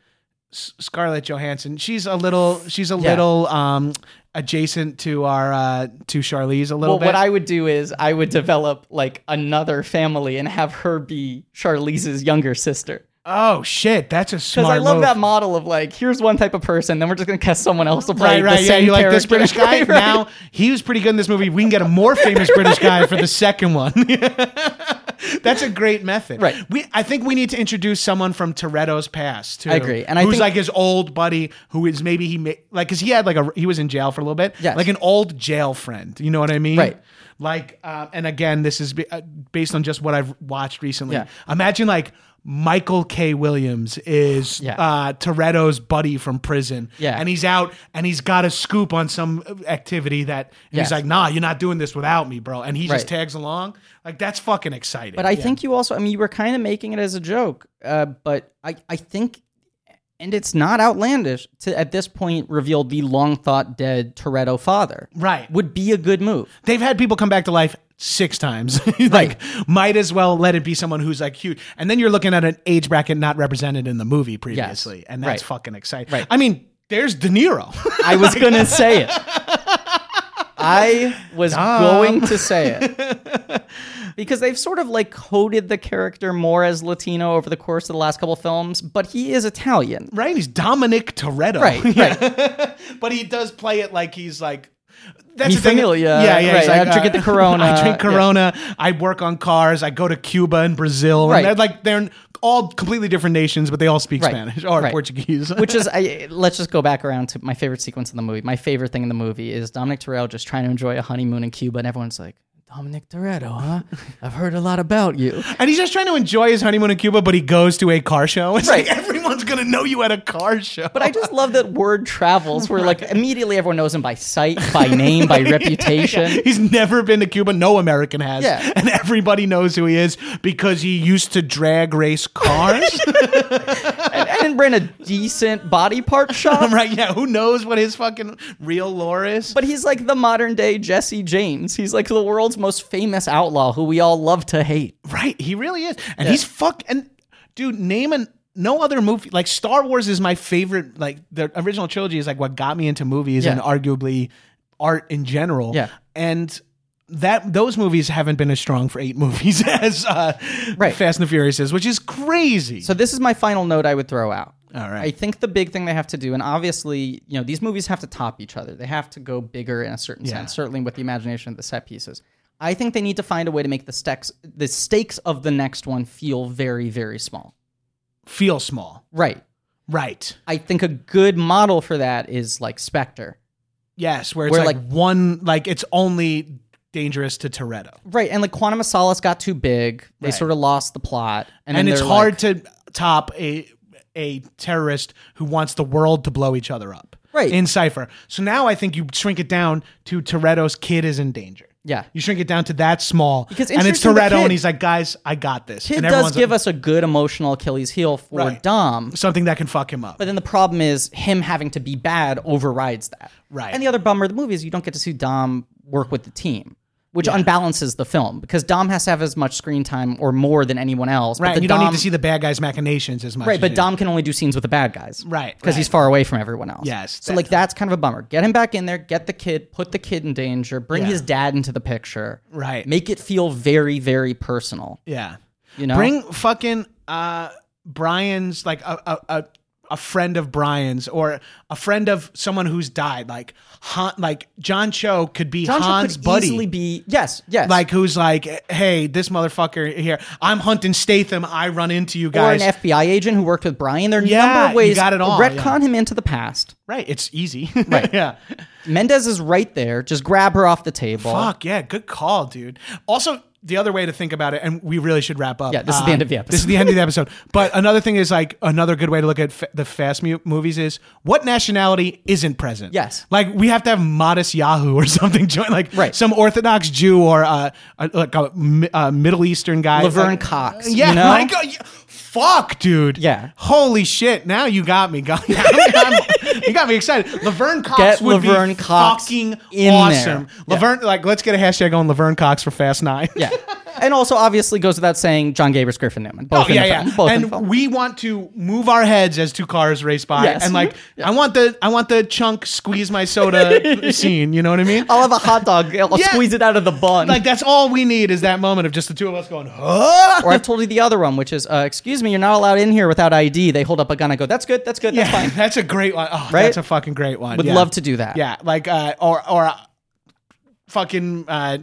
Speaker 1: S- Scarlett Johansson. She's a little. She's a
Speaker 2: Yeah.
Speaker 1: little um adjacent to our uh to Charlize a little
Speaker 2: Well,
Speaker 1: bit.
Speaker 2: what I would do is I would develop like another family and have her be Charlize's younger sister.
Speaker 1: oh shit, that's a
Speaker 2: Because
Speaker 1: smart.
Speaker 2: I love
Speaker 1: move.
Speaker 2: that model of like, here's one type of person, then we're just gonna cast someone else to play
Speaker 1: Right, right.
Speaker 2: the
Speaker 1: Yeah,
Speaker 2: same
Speaker 1: you like this British
Speaker 2: character.
Speaker 1: guy?
Speaker 2: [laughs] Right, right.
Speaker 1: Now he was pretty good in this movie. We can get a more famous British guy for the second one. [laughs] That's a great method.
Speaker 2: Right.
Speaker 1: We I think we need to introduce someone from Toretto's past too.
Speaker 2: I agree. And I
Speaker 1: who's
Speaker 2: think-
Speaker 1: like his old buddy who is maybe he ma- like because he had like a he was in jail for a little bit.
Speaker 2: Yes.
Speaker 1: Like an old jail friend. You know what I mean?
Speaker 2: Right.
Speaker 1: Like uh, and again, this is be- uh, based on just what I've watched recently.
Speaker 2: Yeah.
Speaker 1: Imagine like. Michael K. Williams is
Speaker 2: Yeah.
Speaker 1: uh, Toretto's buddy from prison,
Speaker 2: Yeah.
Speaker 1: and he's out and he's got a scoop on some activity that and he's
Speaker 2: Yes.
Speaker 1: like, nah, you're not doing this without me, bro. And he just
Speaker 2: Right.
Speaker 1: tags along. Like, that's fucking exciting.
Speaker 2: But I
Speaker 1: Yeah.
Speaker 2: think you also, I mean, you were kind of making it as a joke, uh, but I, I think and it's not outlandish to at this point reveal the long thought dead Toretto father.
Speaker 1: Right.
Speaker 2: Would be a good move.
Speaker 1: [laughs] They've had people come back to life six times. [laughs] like, might as well let it be someone who's like huge. And then you're looking at an age bracket not represented in the movie previously, and that's
Speaker 2: Right.
Speaker 1: fucking exciting. I mean, there's De Niro. [laughs]
Speaker 2: I was going to say it. I was going to say it.
Speaker 1: [laughs]
Speaker 2: Because they've sort of like coded the character more as Latino over the course of the last couple films, but he is Italian.
Speaker 1: right? He's Dominic Toretto.
Speaker 2: Right, right.
Speaker 1: but he does play it like he's like. That's
Speaker 2: Mi
Speaker 1: the thing.
Speaker 2: familia,
Speaker 1: Yeah, yeah. he's
Speaker 2: right,
Speaker 1: Like, uh,
Speaker 2: I'm drinking the
Speaker 1: [laughs]
Speaker 2: Corona,
Speaker 1: I drink
Speaker 2: yeah.
Speaker 1: Corona. I work on cars. I go to Cuba and Brazil.
Speaker 2: Right.
Speaker 1: And they're like they're all completely different nations, but they all speak
Speaker 2: Right,
Speaker 1: Spanish or
Speaker 2: right.
Speaker 1: Portuguese.
Speaker 2: Which is, I, let's just go back around to my favorite sequence in the movie. My favorite thing in the movie is Dominic Toretto just trying to enjoy a honeymoon in Cuba, and everyone's like, Dominic Toretto, huh? I've heard a lot about you.
Speaker 1: and he's just trying to enjoy his honeymoon in Cuba, but he goes to a car show. [laughs] It's
Speaker 2: Right.
Speaker 1: like everyone's gonna know you at a car show.
Speaker 2: But I just love that word travels where like immediately everyone knows him by sight, by name, by reputation.
Speaker 1: He's never been to Cuba. No American has.
Speaker 2: Yeah.
Speaker 1: And everybody knows who he is because he used to drag race
Speaker 2: [laughs]
Speaker 1: cars. [laughs]
Speaker 2: And, and ran a decent body part
Speaker 1: [laughs]
Speaker 2: shop.
Speaker 1: right? Yeah. Who knows what his fucking real lore is?
Speaker 2: But he's like the modern day Jesse James. He's like the world's most famous outlaw who we all love to hate.
Speaker 1: Right, he really is, and he's fuck. And dude, name an no other movie like Star Wars is my favorite. Like the original trilogy is like what got me into movies
Speaker 2: Yeah.
Speaker 1: and arguably art in general.
Speaker 2: Yeah.
Speaker 1: and that those movies haven't been as strong for eight [laughs] movies as uh,
Speaker 2: Right.
Speaker 1: Fast and the Furious is, which is crazy.
Speaker 2: So this is my final note I would throw out.
Speaker 1: All right.
Speaker 2: I think the big thing they have to do, and obviously, you know, these movies have to top each other. They have to go bigger in a certain sense, certainly with the imagination of the set pieces. I think they need to find a way to make the stakes the stakes of the next one feel very, very small.
Speaker 1: feel small,
Speaker 2: Right.
Speaker 1: right?
Speaker 2: I think a good model for that is like Spectre.
Speaker 1: Yes, where it's
Speaker 2: Where,
Speaker 1: like,
Speaker 2: like-
Speaker 1: one, like it's only dangerous to Toretto,
Speaker 2: Right. And like Quantum of Solace got too big. They
Speaker 1: Right.
Speaker 2: sort of lost the plot. And,
Speaker 1: and,
Speaker 2: then
Speaker 1: it's
Speaker 2: they're
Speaker 1: hard
Speaker 2: like-
Speaker 1: to top a a terrorist who wants the world to blow each other up,
Speaker 2: Right.
Speaker 1: In cipher. So now I think you shrink it down to Toretto's kid is in danger.
Speaker 2: yeah.
Speaker 1: You shrink it down to that small,
Speaker 2: Because
Speaker 1: and it's
Speaker 2: introducing the
Speaker 1: Toretto,
Speaker 2: kid-
Speaker 1: and he's like, "Guys, I got this."
Speaker 2: Kid
Speaker 1: and
Speaker 2: does
Speaker 1: everyone's
Speaker 2: give
Speaker 1: like,
Speaker 2: us a good emotional Achilles heel for
Speaker 1: Right.
Speaker 2: Dom.
Speaker 1: something that can fuck him up.
Speaker 2: But then the problem is him having to be bad overrides that.
Speaker 1: Right.
Speaker 2: And the other bummer of the movie is you don't get to see Dom work with the team, which unbalances the film because Dom has to have as much screen time or more than anyone else.
Speaker 1: right,
Speaker 2: But the
Speaker 1: and you
Speaker 2: Dom,
Speaker 1: don't need to see the bad guys' machinations as much.
Speaker 2: Right,
Speaker 1: as
Speaker 2: but
Speaker 1: you-
Speaker 2: Dom can only do scenes with the bad guys.
Speaker 1: Right,
Speaker 2: Because he's far away from everyone else.
Speaker 1: Yes,
Speaker 2: So,
Speaker 1: that-
Speaker 2: like, that's kind of a bummer. Get him back in there, get the kid, put the kid in danger, bring
Speaker 1: Yeah.
Speaker 2: his dad into the picture.
Speaker 1: Right.
Speaker 2: Make it feel very, very personal.
Speaker 1: yeah,
Speaker 2: You know?
Speaker 1: Bring fucking uh, Brian's like a, a a a friend of Brian's or a friend of someone who's died. Like Han, like John Cho could be
Speaker 2: Sancho
Speaker 1: Han's
Speaker 2: could
Speaker 1: buddy.
Speaker 2: easily be. Yes, yes.
Speaker 1: like who's like, hey, this motherfucker here. I'm hunting Statham. I run into you
Speaker 2: or
Speaker 1: guys.
Speaker 2: an FBI agent who worked with Brian. There are a
Speaker 1: Yeah,
Speaker 2: number of
Speaker 1: you
Speaker 2: ways.
Speaker 1: got it all,
Speaker 2: Retcon him into the past.
Speaker 1: right? It's easy. [laughs]
Speaker 2: Right.
Speaker 1: yeah.
Speaker 2: Mendez is right there. Just grab her off the table.
Speaker 1: Fuck yeah. Good call, dude. Also. The other way to think about it, and we really should wrap up. Um,
Speaker 2: Yeah, this is the end of the episode.
Speaker 1: This is the end of the
Speaker 2: [laughs]
Speaker 1: episode. But another thing is like another good way to look at fa- the fast mu- movies is what nationality isn't present.
Speaker 2: Yes.
Speaker 1: like we have to have modest Yahoo or [laughs] something join, like
Speaker 2: Right.
Speaker 1: some Orthodox Jew or uh, a, like a, mi- a Middle Eastern guy,
Speaker 2: Laverne
Speaker 1: Like-
Speaker 2: Cox,
Speaker 1: Yeah,
Speaker 2: you know?
Speaker 1: like uh, y- fuck, dude.
Speaker 2: Yeah.
Speaker 1: holy shit. Now you got me, [laughs] guy. I'm- I'm- you got me excited. Laverne Cox
Speaker 2: Get
Speaker 1: would
Speaker 2: Laverne
Speaker 1: be
Speaker 2: Cox
Speaker 1: fucking
Speaker 2: in
Speaker 1: awesome.
Speaker 2: there. Yeah.
Speaker 1: Laverne, like, let's get a hashtag on Laverne Cox for Fast Nine.
Speaker 2: Yeah. And also, obviously, goes without saying John Gabris, Griffin Newman.
Speaker 1: [laughs]
Speaker 2: Both
Speaker 1: Oh,
Speaker 2: in
Speaker 1: yeah,
Speaker 2: the
Speaker 1: yeah.
Speaker 2: film. Both in the
Speaker 1: and
Speaker 2: film.
Speaker 1: we want to move our heads as two cars race by.
Speaker 2: Yes.
Speaker 1: And like, I want the I want the chunk squeeze my
Speaker 2: [laughs]
Speaker 1: soda scene. You know what I mean?
Speaker 2: I'll have a hot dog. I'll
Speaker 1: [laughs] Yeah.
Speaker 2: squeeze it out of the bun.
Speaker 1: Like that's all we need is that moment of just the two of us going, huh?
Speaker 2: or I've told you the other one, which is, uh, excuse me, you're not allowed in here without ID. They hold up a gun. I go, that's good. That's good. That's
Speaker 1: Yeah, [laughs]
Speaker 2: fine.
Speaker 1: that's a great one. Oh,
Speaker 2: Right?
Speaker 1: That's a fucking great one.
Speaker 2: Would
Speaker 1: Yeah.
Speaker 2: love to do that.
Speaker 1: Yeah, like uh, or or uh, fucking uh,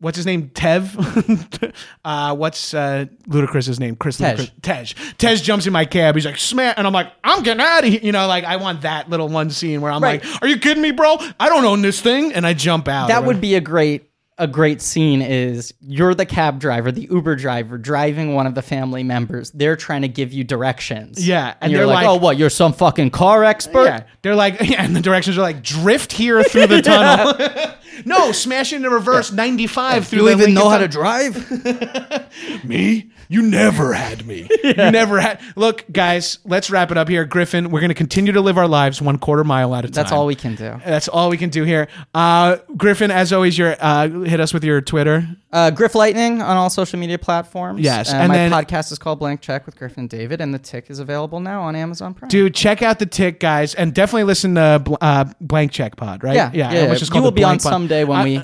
Speaker 1: what's his name? Tev. [laughs] uh, what's uh, Ludacris's name? Chris
Speaker 2: Tej.
Speaker 1: Ludacris- Tej. Tej jumps in my cab. He's like, "Smash!" And I'm like, "I'm getting out of here." You know, like I want that little one scene where I'm
Speaker 2: Right.
Speaker 1: like, "Are you kidding me, bro? I don't own this thing," and I jump out.
Speaker 2: That would be a great a great scene is you're the cab driver, the Uber driver driving one of the family members. They're trying to give you directions.
Speaker 1: Yeah,
Speaker 2: And,
Speaker 1: and
Speaker 2: you're
Speaker 1: they're
Speaker 2: like,
Speaker 1: like-
Speaker 2: "Oh, what? You're some fucking car expert?"
Speaker 1: Yeah, they're like, [laughs] yeah, and the directions are like, drift here through
Speaker 2: [laughs]
Speaker 1: the tunnel. [laughs] [laughs] no, smash into reverse ninety five through. the Lincoln Tunnel.
Speaker 2: drive?
Speaker 1: Me? You never had
Speaker 2: [laughs]
Speaker 1: me. You never had. Look, guys, let's wrap it up here. Griffin, we're going to continue to live our lives one quarter mile at a time.
Speaker 2: That's all we can do.
Speaker 1: That's all we can do here. Uh, Griffin, as always, your uh, hit us with your Twitter.
Speaker 2: Uh, Griff Lightning on all social media platforms.
Speaker 1: Yes,
Speaker 2: Uh,
Speaker 1: and
Speaker 2: my
Speaker 1: then-
Speaker 2: podcast is called Blank Check with Griffin and David, and the tick is available now on Amazon Prime.
Speaker 1: Dude, check out the tick, guys, and definitely listen to Bl- uh, Blank Check Pod, right?
Speaker 2: yeah, yeah. yeah.
Speaker 1: which is
Speaker 2: you
Speaker 1: called
Speaker 2: will
Speaker 1: the
Speaker 2: be on
Speaker 1: Blank Pod.
Speaker 2: someday when
Speaker 1: I-
Speaker 2: we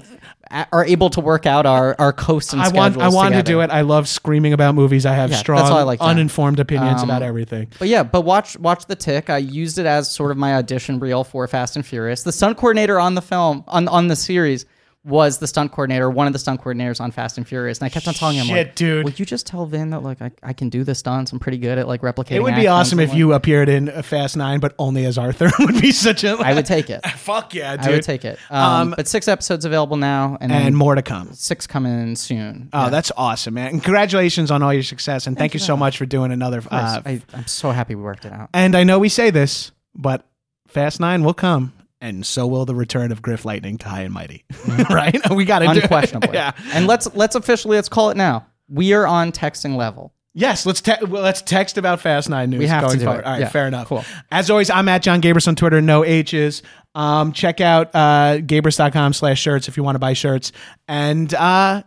Speaker 2: a- are able to work out our our coasts and
Speaker 1: I want, I
Speaker 2: schedules
Speaker 1: wanted to
Speaker 2: together.
Speaker 1: do it. I love screaming about movies. I have
Speaker 2: Yeah, that's
Speaker 1: strong,
Speaker 2: why I like Um, that.
Speaker 1: uninformed opinions about everything.
Speaker 2: But yeah, but watch watch the tick. I used it as sort of my audition reel for Fast and Furious. The stunt coordinator on the film on on the series was the stunt coordinator, one of the stunt coordinators on Fast and Furious, and I kept on telling him,
Speaker 1: Shit,
Speaker 2: like,
Speaker 1: dude.
Speaker 2: will you just tell Vin that like I, I can do the stunts? I'm pretty good at like replicating.
Speaker 1: It would be
Speaker 2: actions
Speaker 1: awesome
Speaker 2: and,
Speaker 1: if
Speaker 2: like-
Speaker 1: you [laughs] appeared in a Fast Nine, but only as Arthur. [laughs] It would be such a.
Speaker 2: [laughs] I would take it.
Speaker 1: [laughs] Fuck yeah, dude.
Speaker 2: I would take it. Um, but six episodes available now, and, then
Speaker 1: And more to come.
Speaker 2: six coming soon.
Speaker 1: Oh, that's awesome, man! And Congratulations on all your success, and thank, you so much for doing another. Uh,
Speaker 2: I, I'm so happy we worked
Speaker 1: [laughs]
Speaker 2: it out.
Speaker 1: and I know we say this, but Fast Nine will come, and so will the return of Griff Lightning to High and Mighty. [laughs] right? We got to do it.
Speaker 2: Mm. Unquestionably.
Speaker 1: uh, [laughs] yeah.
Speaker 2: And let's let's officially let's call it now. We are on texting level.
Speaker 1: Yes, let's te- well, let's text about Fast Nine news
Speaker 2: We have to
Speaker 1: going
Speaker 2: do
Speaker 1: forward.
Speaker 2: it.
Speaker 1: All right,
Speaker 2: Yeah.
Speaker 1: fair enough.
Speaker 2: Cool.
Speaker 1: As always, I'm at John Gabris on Twitter, no H's. Um, check out uh, gabris.com slash shirts if you want to buy shirts. And uh,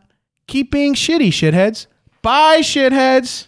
Speaker 1: keep being shitty, shitheads. Bye, shitheads.